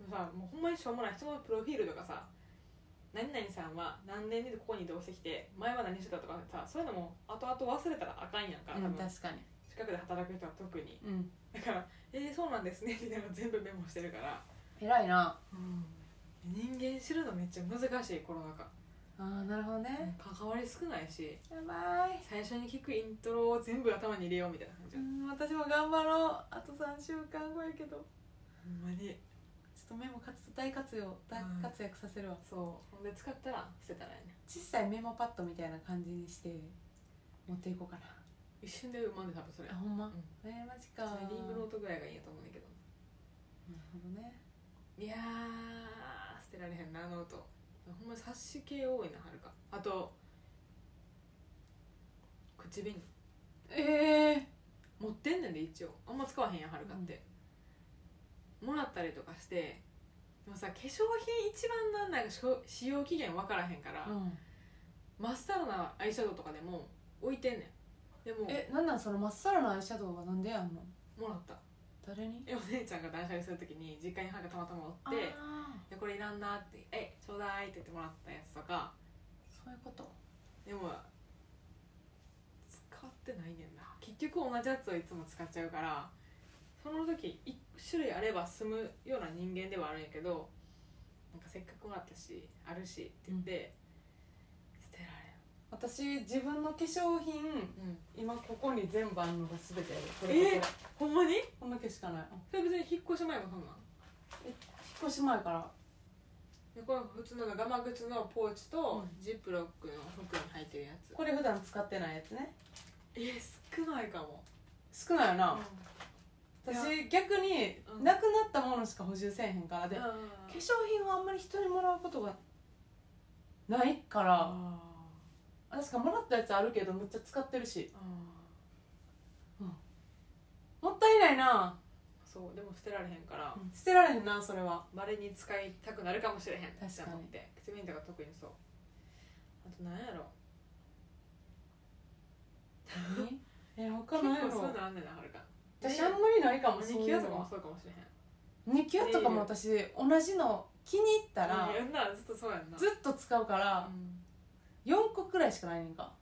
B: でもさもうほんまにしょうもない人のプロフィールとかさ何々さんは何年でここに移動してきて前は何してたとかさそういうのも後々忘れたらあかんやんか多
A: うん
B: 分
A: 確かに
B: 近くで働く人は特に
A: うん
B: だから「えー、そうなんですね」みたいなの全部メモしてるから、
A: 偉いな
B: 人間知るのめっちゃ難しいコロナ禍
A: あーなるほどね
B: 関わり少ないし
A: やばい
B: 最初に聞くイントロを全部頭に入れようみたいな感じ
A: う
B: ほ
A: ん私も頑張ろうあと3週間後やけどちょ
B: んまに
A: っとメモ活大活用大
B: うん
A: 活躍させるわ
B: そうほんで使ったら捨てたらやね
A: 小さいメモパッドみたいな感じにして持っていこうかな
B: 一瞬で埋まんで多分それ
A: あほんま、
B: ん
A: えー、マジか
B: それリング
A: な
B: ノ
A: る
B: ートぐらいがいいやと思うんだけど
A: ほどね
B: いやー捨てられへんなノートほんまに察し系多いなはるかあと口紅
A: ええ
B: 持ってんねんで一応あんま使わへんやんはるかって、もらったりとかしてでもさ化粧品一番なんなんかしょ使用期限分からへんから、
A: うん、
B: 真っさらなアイシャドウとかでも置いてんねんでも
A: えなんなんそのまっさらなアイシャドウはなんでやんの
B: もらった
A: 誰に
B: えお姉ちゃんが断捨離するときに実家に歯がたまたまおっ
A: で
B: て「でこれいらんな」って「えちょうだい」って言ってもらったやつとか
A: そういうこと
B: でも使ってないねんな結局同じやつをいつも使っちゃうからその時1種類あれば済むような人間ではあるんやけどなんかせっかくもらったしあるしって言って、捨てら
A: 私自分の化粧品
B: れん、うん、
A: 今ここに全部あるのが全てあるこ
B: え
A: こ
B: ほんまに
A: こんだけしかないうん
B: それ別に引っ越し前もそんなん
A: 引っ越し前から
B: でこれ普通のガマ口のポーチと
A: うん
B: ジップロックの服に入ってるやつ、
A: これ普段使ってないやつね
B: え少ないかも、
A: 少ないよな、
B: うん
A: 私逆に
B: うん
A: なくなったものしか補充せえへんからで、
B: で
A: 化粧品はあんまり人にもらうことがないから、
B: あ
A: 確かもらったやつあるけどめっちゃ使ってるし
B: ーあ
A: もったいないな、
B: ーそうでも捨てられへんから、
A: 捨てられへんなそれは
B: まれに使いたくなるかもしれへん
A: かに
B: って思って口紅とか特にそうあと何やろ
A: <laughs> え他
B: 結
A: ないや
B: 構そう
A: ろ
B: いうのあんねんなはるか
A: 私あんまりないかも
B: マ
A: し
B: ニキ
A: れ
B: ュ
A: な
B: ア
A: い
B: とかもそうかもしれへん
A: ニキュアとかも私同じの気に入ったら
B: うんやんなずっとそうやんな
A: ずっと使うから
B: うん
A: 4個くらいしかないねんか、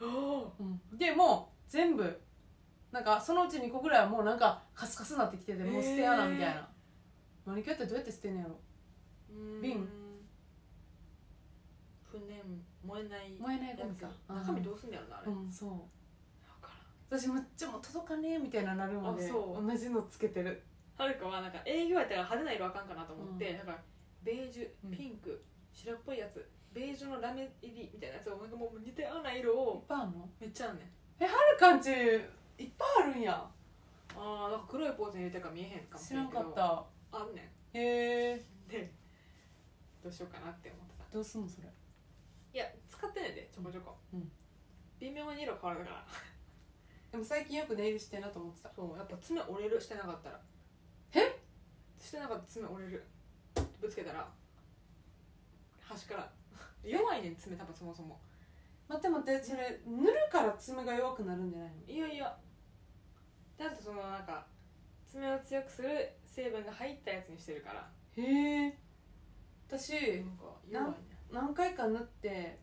B: お
A: でもう全部なんかそのうち2個ぐらいはもうなんかカスカスになってきててもう捨てやな
B: えー
A: みたいな、マニキュアってどうやって捨てんのやろ
B: ー
A: 瓶
B: 不燃燃えない
A: 燃えないゴ
B: や
A: ミ
B: つ
A: か
B: か中身どうすんだよなあれ、
A: うんそう
B: 分からん
A: 私めっちゃもう届かねえみたいななるまで
B: あ
A: 同
B: そう
A: じのつけてる
B: はるかはなんか営業やったら派手な色あかんかなと思って、
A: う
B: なんかベージ
A: うん
B: ュピンク、白っぽいやつベージュのラメ入りみたいなやつをなんかもう似たような色
A: いっ
B: を
A: ぱいあるの
B: めっちゃあんねん
A: ある感じいっぱいあるんや
B: あーなんか黒いポーズに入れてるから見えへんかもし
A: 知
B: れ
A: ら
B: ん
A: ん
B: け
A: か
B: ど
A: った
B: あんね
A: へえ
B: んでどうしようかなって思ってた
A: どうすんのそれ
B: いや使ってねんでちょこちょこ、
A: うん
B: 微妙に色変わるから
A: でも最近よくネイルしてんなと思ってた
B: そうやっぱ爪折れるしてなかったら
A: え
B: してなかったら爪折れるぶつけたら端から弱いねん爪多分そもそも
A: 待って待ってそれ塗るから爪が弱くなるんじゃないの
B: いやいやだってそのなんか爪を強くする成分が入ったやつにしてるから
A: へえ私
B: なんか弱いね
A: 何回か塗って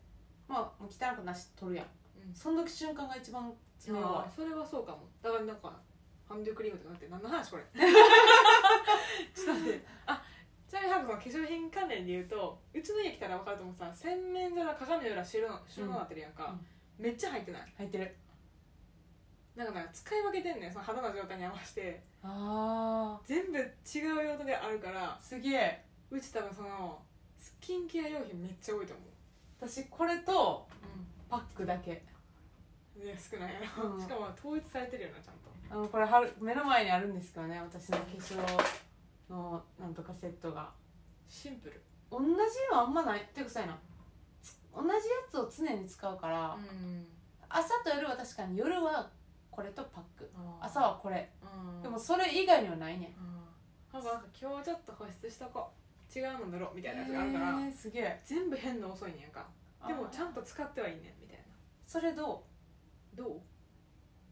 A: まあもう汚くなし取るやん
B: うん
A: その時瞬間が一番爪弱
B: あーそれはそうかもだからなんかハンドクリームとかなって何の話
A: <laughs>
B: これちょっと待ってあちなみにハルコさん化粧品関連で言うとうちの家来たら分かると思うさ洗面所の鏡の裏白の白のなってるやんか、めっちゃ入ってない
A: い入ってる
B: なんかなんか使い分けてんねんその肌の状態に合わせて
A: あ
B: 全部違う用途であるから
A: ーすげえ
B: うち多分そのスキンケア用品めっちゃ多いと思う
A: 私これとパックだけ
B: いや少ないやろ、
A: うん
B: しかも統一されてるよなちゃんと
A: あのこれはる目の前にあるんですけどね私の化粧のなんとかセットが
B: シンプル
A: 同じのあんまないっていうかさやなつ同じやつを常に使うから、
B: ん
A: 朝と夜は確かに夜はこれとパック朝はこれ、
B: うん
A: でもそれ以外にはないね
B: うんなんかなんか今日ちょっと保湿しとこう違うの塗ろうみたいなやつがあるから、
A: へーすげえ
B: 全部変の遅いねんやんかでもちゃん
A: と
B: と使ってはいいねんみたいな
A: それど
B: どう
A: う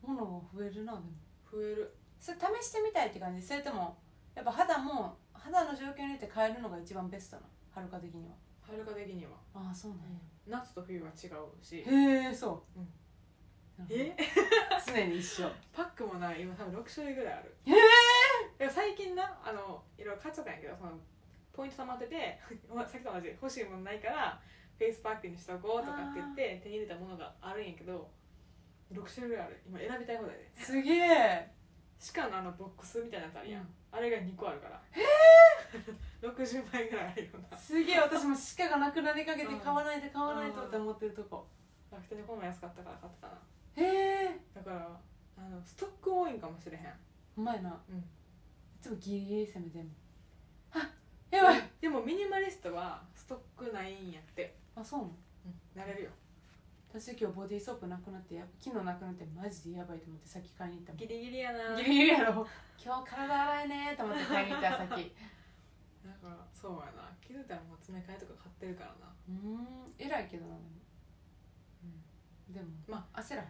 A: 物が増えるなでも
B: 増える
A: それ試してみたいって感じそれともやっぱ肌も肌の状況によって変えるのが一番ベストなはるか的には
B: はるか的には、
A: ああそうなんや
B: 夏と冬は違うし
A: へえそう、
B: うん
A: なるほど
B: え
A: 常に一緒
B: パックもない今多分6種類ぐらいある
A: へ
B: え最近なあのいろいろ買っちゃったんやけどそのポイント貯まってて <laughs> さっきと同じ欲しいものないからフェイスパックにしとこうとかって言って手に入れたものがあるんやけど6種類ぐらいある今選びたい放題です
A: げえ
B: しかもあのボックスみたいなやつあるやん、
A: うん
B: あれが2個あるからえ60枚ぐらいあるよな
A: すげえ私も鹿がなくなりかけて買わないで買わないとって思ってるとこ
B: 楽天でこの前安かったから買ってたな
A: へえ
B: だからあのストック多いんかもしれへん
A: うまいな、
B: うん
A: いつもギリギリ攻めてんもんあやばい
B: でもミニマリストはストックないんやって、
A: あそうなの
B: なれるよ
A: 私今日ボディーソープなくなってや昨日なくなってマジでやばいと思って先買いに行ったもん
B: ギリギリやな
A: ギリギリやろ今日体洗えねーと思って買いに行ったさっきう
B: だからそうやな気づいたらもう詰め替えとか買ってるからな
A: ーん偉いけどなでも、うん、でも
B: ま
A: あ焦らへ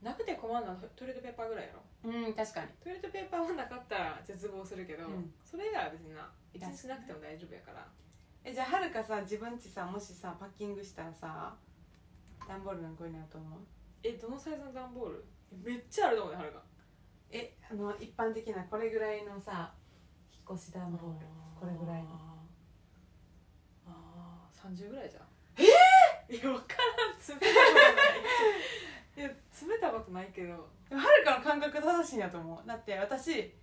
B: なくて困るのはトトイレットペーパーぐらいやろ
A: んうん確かに
B: トイレットペーパーはなかったら絶望するけど、
A: うん
B: それ以外は別にな一日なくても大丈夫やから
A: えじゃあはるかさ自分ちさもしさパッキングしたらさ段ボールの子になると思う
B: えどのサイズの段ボールめっちゃあると思うねはるか
A: えあの一般的なこれぐらいのさ引っ越し段ボールこれぐらいの
B: ああ30ぐらいじゃんええいや分からん詰めたことないいや詰めたことないけど
A: でもはるかの感覚正しいんやと思うだって私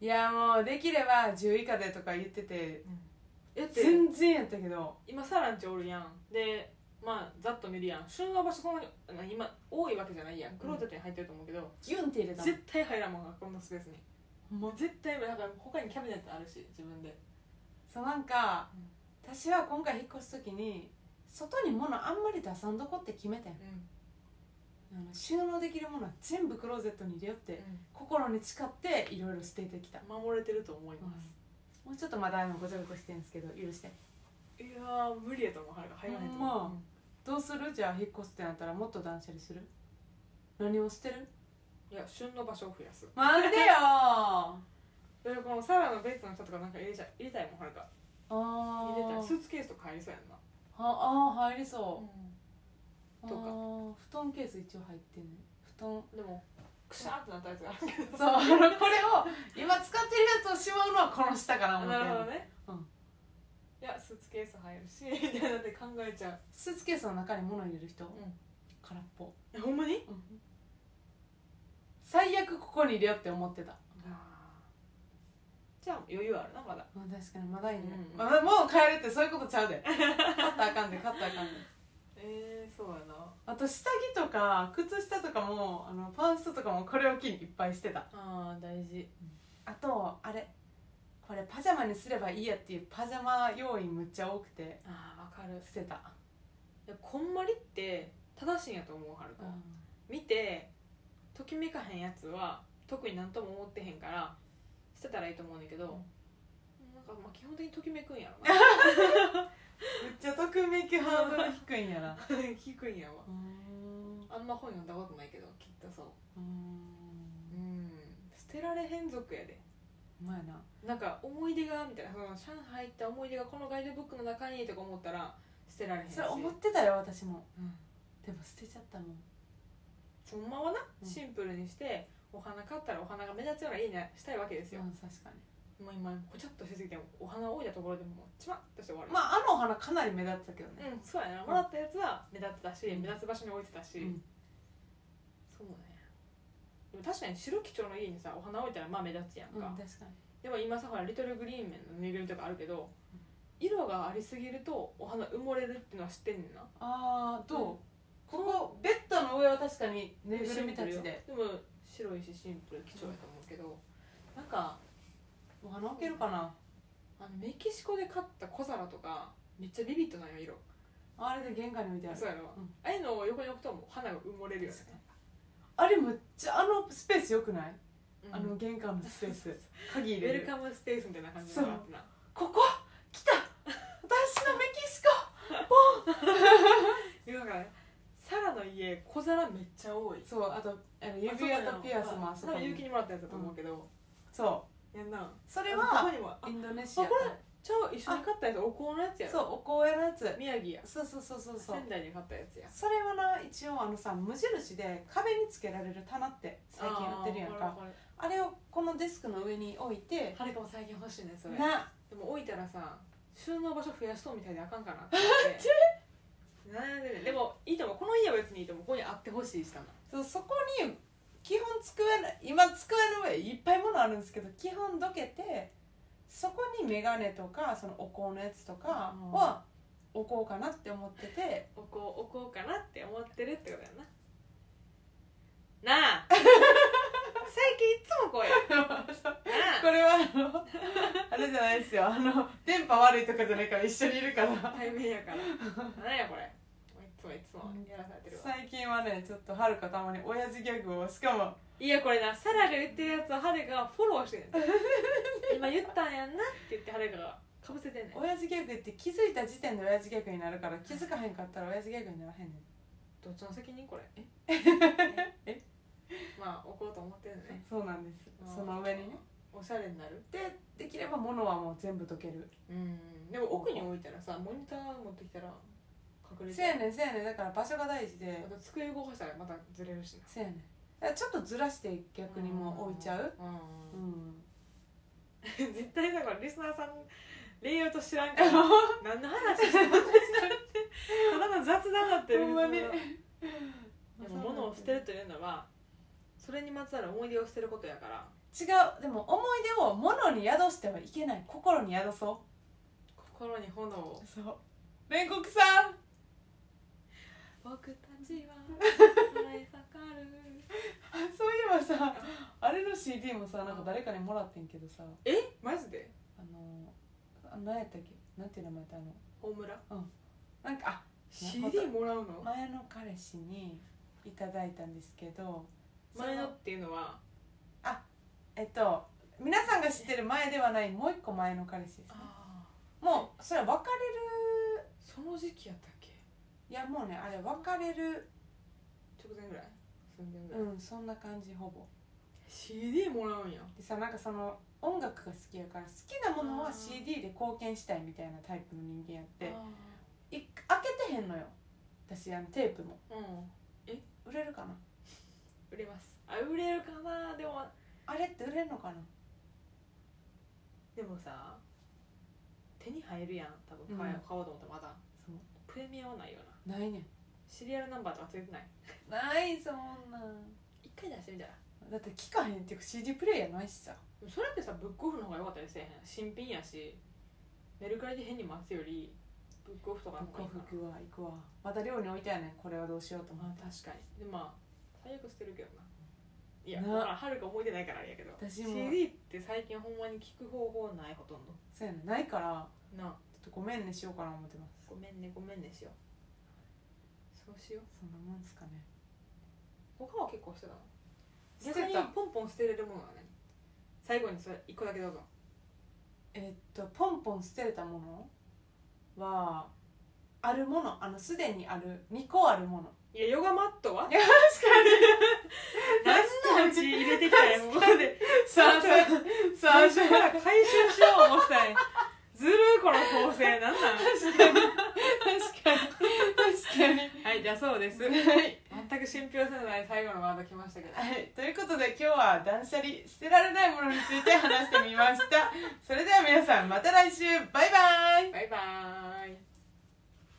A: いやもうできれば10以下でとか言ってて
B: えって
A: 全然やったけど
B: 今サランチおるやんでまあざっと見るやん収納場所そんなにあ今多いわけじゃないやんクローゼットに入ってると思うけど、
A: ギュンって入れたもん
B: 絶対入らんもんなこんなスペースに
A: もう
B: 絶対無理だから他にキャビネットあるし自分で
A: そうなんか
B: うん
A: 私は今回引っ越す時に外に物あんまり出さんどこって決めたんあの収納できるものは全部クローゼットに入れよって心に誓っていろいろ捨ててきた
B: 守れてると思います、
A: もうちょっとまだあのごちゃごちゃしてるんですけど許して
B: いやー無理やと思う入ら入らないと思う、
A: ほんまどうするじゃあ引っ越すってなったらもっと断捨離する何を捨てる
B: いや旬の場所を増やす
A: なんでよー <laughs> あ
B: でこのサラのベッドの下とかなんか入れちゃ入れたいもんはるか
A: あ
B: 入れたいス
A: ー
B: ーツケースとか入りそうやんな、
A: ああー入りそ
B: う
A: うんあ
B: とか
A: ー布団ケース一応入ってんね布団
B: でもクシャーってなったやつがあるけど
A: そうあのこれを今使ってるやつをしまうのはこの下かな思って
B: なるほど
A: んの
B: ね、
A: うん
B: いやスーツケース入るし <laughs> みたいなのって考えちゃ
A: スーツケースの中に物入れる人、
B: ん
A: 空っぽ、
B: うほんまに
A: 最悪ここに入れようって思ってた、
B: じゃあ余裕あるなまだ
A: まあ、確かにまだいる、
B: うん
A: まだもう変えるってそういうことちゃうで買ったらあかんで買ったらあかんで
B: えー、そうやな
A: あと下着とか靴下とかもあのパンストとかもこれを機にいっぱいしてた
B: あー大事
A: あとあれこれパジャマにすればいいやっていうパジャマ要因むっちゃ多くて
B: あーわかる
A: 捨てた、
B: いやこんまりって正しいんやと思うはるか、見てときめかへんやつは特になんとも思ってへんから捨てたらいいと思うねんだけど、なんかまあ基本的にときめくん
A: <laughs>
B: やろ
A: めっちゃとくめきハードル低いんや <laughs> な
B: な低いんやわあんま本読んだことないけどきっとそううん捨てられへん族やで
A: うまいな
B: なんか思い出がみたいなその上海行った思い出がこのガイドブックの中にとか思ったら捨てられへんし
A: それ思ってたよ私も
B: うん
A: でも捨てちゃったもん
B: ほんまはな
A: うん
B: シンプルにして、お花買ったらお花が目立つような家にしたいわけですよ
A: う、ん確かに
B: もう今ほちゃっとしすぎてお花多いたところでもうちまっとして終わる、
A: まああのお花かなり目立ってたけどね、
B: うんそうやなもらったやつは目立ってたし、
A: うん
B: 目立つ場所に置いてたし、
A: うん
B: そうねでも確かに白基調の家にさお花置いたらまあ目立つやんか、
A: うん確かに
B: でも今さほらリトルグリーンメンのぬいぐるみとかあるけど色がありすぎるとお花埋もれるっていうのは知ってんねんな
A: ああどう、ここベッドの上は確かにぬいぐるみた
B: シ
A: ち
B: ンプルよ
A: で
B: でも白いしシンプル基調やと思うけど、なんか
A: お花置けるかな
B: あのメキシコで買った小皿とかめっちゃビビットなんよ色
A: あれで玄関に置いてある
B: そうやろ、
A: うん
B: ああいうのを横に置くともう花が埋もれるよね、
A: あれむっちゃあのスペースよくない、
B: うん
A: あの玄関のスペー <laughs> ス鍵
B: ウ
A: 入れ
B: ェル
A: る
B: カムスペースみたいな感じになってな
A: ここ来た私のメキシコ
B: いやだからサラの家小皿めっちゃ多い
A: そうあとあの指輪とピアスもあそこ
B: に
A: に
B: 結城にもらったやつだと思うけど、
A: そ
B: やんな
A: うそれ
B: あここ
A: は
B: にもあ
A: インドネシア
B: あこちゃう一緒に買ったやつお香のやつやろ
A: そうお香屋のやつ
B: 宮城や
A: そうそうそうそうそう
B: 仙台で買ったやつや
A: それはな一応あのさ無印で壁につけられる棚って最近売ってるやんか
B: あれ
A: あれをこのデスクの上に置いて
B: はるかも最近欲しいねそれ
A: な
B: でも置いたらさ収納場所増やしそうみたいであかんかなって思って悩んでるねでもいいと思うこの家は別にいいと思うここにあってほしいしたな
A: そうそこに基本机の今机の上いっぱいものあるんですけど基本どけてそこに眼鏡とかそのお香のやつとかは置こうかなって思って <laughs> て
B: 置こう置こうかなって思ってるってことやな
A: <laughs>
B: なあ最近いつもこうやなあ
A: これはあのあれじゃないですよあの電波パ悪いとかじゃないから一緒にいるから
B: 対面やから何やこれもういつもいつもやらされてるわ
A: 最近はねちょっとはるかたまに親父ギャグをしかも
B: いやこれなサラが言ってるやつをハレがフォローしてんねん今言ったんやんなって言ってハレがかぶせてんねん
A: 親父ギャグって気づいた時点で親父ギャグになるから気づかへんかったら親父ギャグにならへんねん
B: どっちの責任これええまあ怒ろうと思ってるのね
A: そうなんですその上にね
B: おしゃれになる
A: でできれば物はもう全部溶ける
B: うんでも奥に置いたらさモニター持ってきたら隠れ
A: せ
B: て
A: やねんせやねんだから場所が大事で
B: あと机動かしたらまたずれるしな
A: せやねんだからちょっとずらして逆にもう置いちゃううん <laughs> ん
B: 絶対だからリスナーさんレイアウト知らんから何の話してんのただの雑談だって
A: ほんまに
B: 別にでも物を捨てるというのはそれにまつわる思い出を捨てることやから
A: 違うでも思い出を物に宿してはいけない心に宿そ
B: 心に炎を
A: うそう煉獄さん
B: 僕たち <laughs> は燃え盛る
A: あ <laughs> そういえばさあれの CD もさなんか誰かにもらってんけどさ
B: えマジで
A: あのあ何やったっけなんていう名前やったあの
B: 大村
A: なんかあ
B: CD もらうの
A: 前の彼氏にいただいたんですけど
B: 前の
A: そ
B: っていうのは
A: えっと皆さんが知ってる前ではないもう一個前の彼氏です
B: あ
A: もうそれは別れる
B: その時期やったっけ
A: いやもうねあれ別れる
B: 直前ぐらい寸前ぐらい、
A: うんそんな感じほぼ
B: CD もらうんや
A: でさなんかその音楽が好きやから好きなもの
B: あ
A: は
B: ー
A: CD で貢献したいみたいなタイプの人間やって
B: あ
A: い開けてへんのよ私あのテープも
B: ーうん
A: 売れるかな
B: 売れますあ売れるかなでも
A: あれって売れるのかな
B: でもさ手に入るやん多分買,、
A: うん
B: 買おうと思ったらまだ
A: そう
B: プレミアはないよな
A: ないねん
B: シリアルナンバーとかついてない
A: ないそんなん
B: 一回出してみたら
A: だって聞かへんっていうか CD プレイヤーないしさ
B: でもそれってさブックオフの方が良かったりせえへん新品やしメルカリで変に回すよりブックオフとかの方がいいか
A: 行くわ行く
B: な
A: わまた寮に置いてやねんこれはどうしようと思
B: ま
A: っ
B: あ
A: て
B: 確かにでまあ最悪捨てるけどないや
A: な
B: だからはるか思い出ないからあれやけど
A: 私も
B: CD って最近ほんまに聞く方法ないほとんど
A: そうやねんないから
B: なあ
A: ちょっとごめんねしようかな思ってます
B: ごめんねごめんねしようそうしよう
A: そんなもんすかね
B: 他は結構してたの
A: 捨
B: 逆
A: て
B: に
A: た
B: ポンポン捨てれるものはね最後にそれ一個だけどうぞ
A: えっとポンポン捨てれたものはあるものあのすでにある2個あるもの
B: いやヨガマットはい
A: や確かに
B: <laughs> 何のうち入れてきたやんもうここで
A: 三
B: 最初最初
A: か
B: から回収しよう思ってたんやずるいこの構成なんなんは
A: 確かに確かに確かに
B: いじゃあそうです
A: はい
B: 全く信憑性のない最後のワード来ましたけど
A: はい、ということで今日は断捨離捨てられないものについて話してみましたそれでは皆さんまた来週バイバイ
B: バイバーイ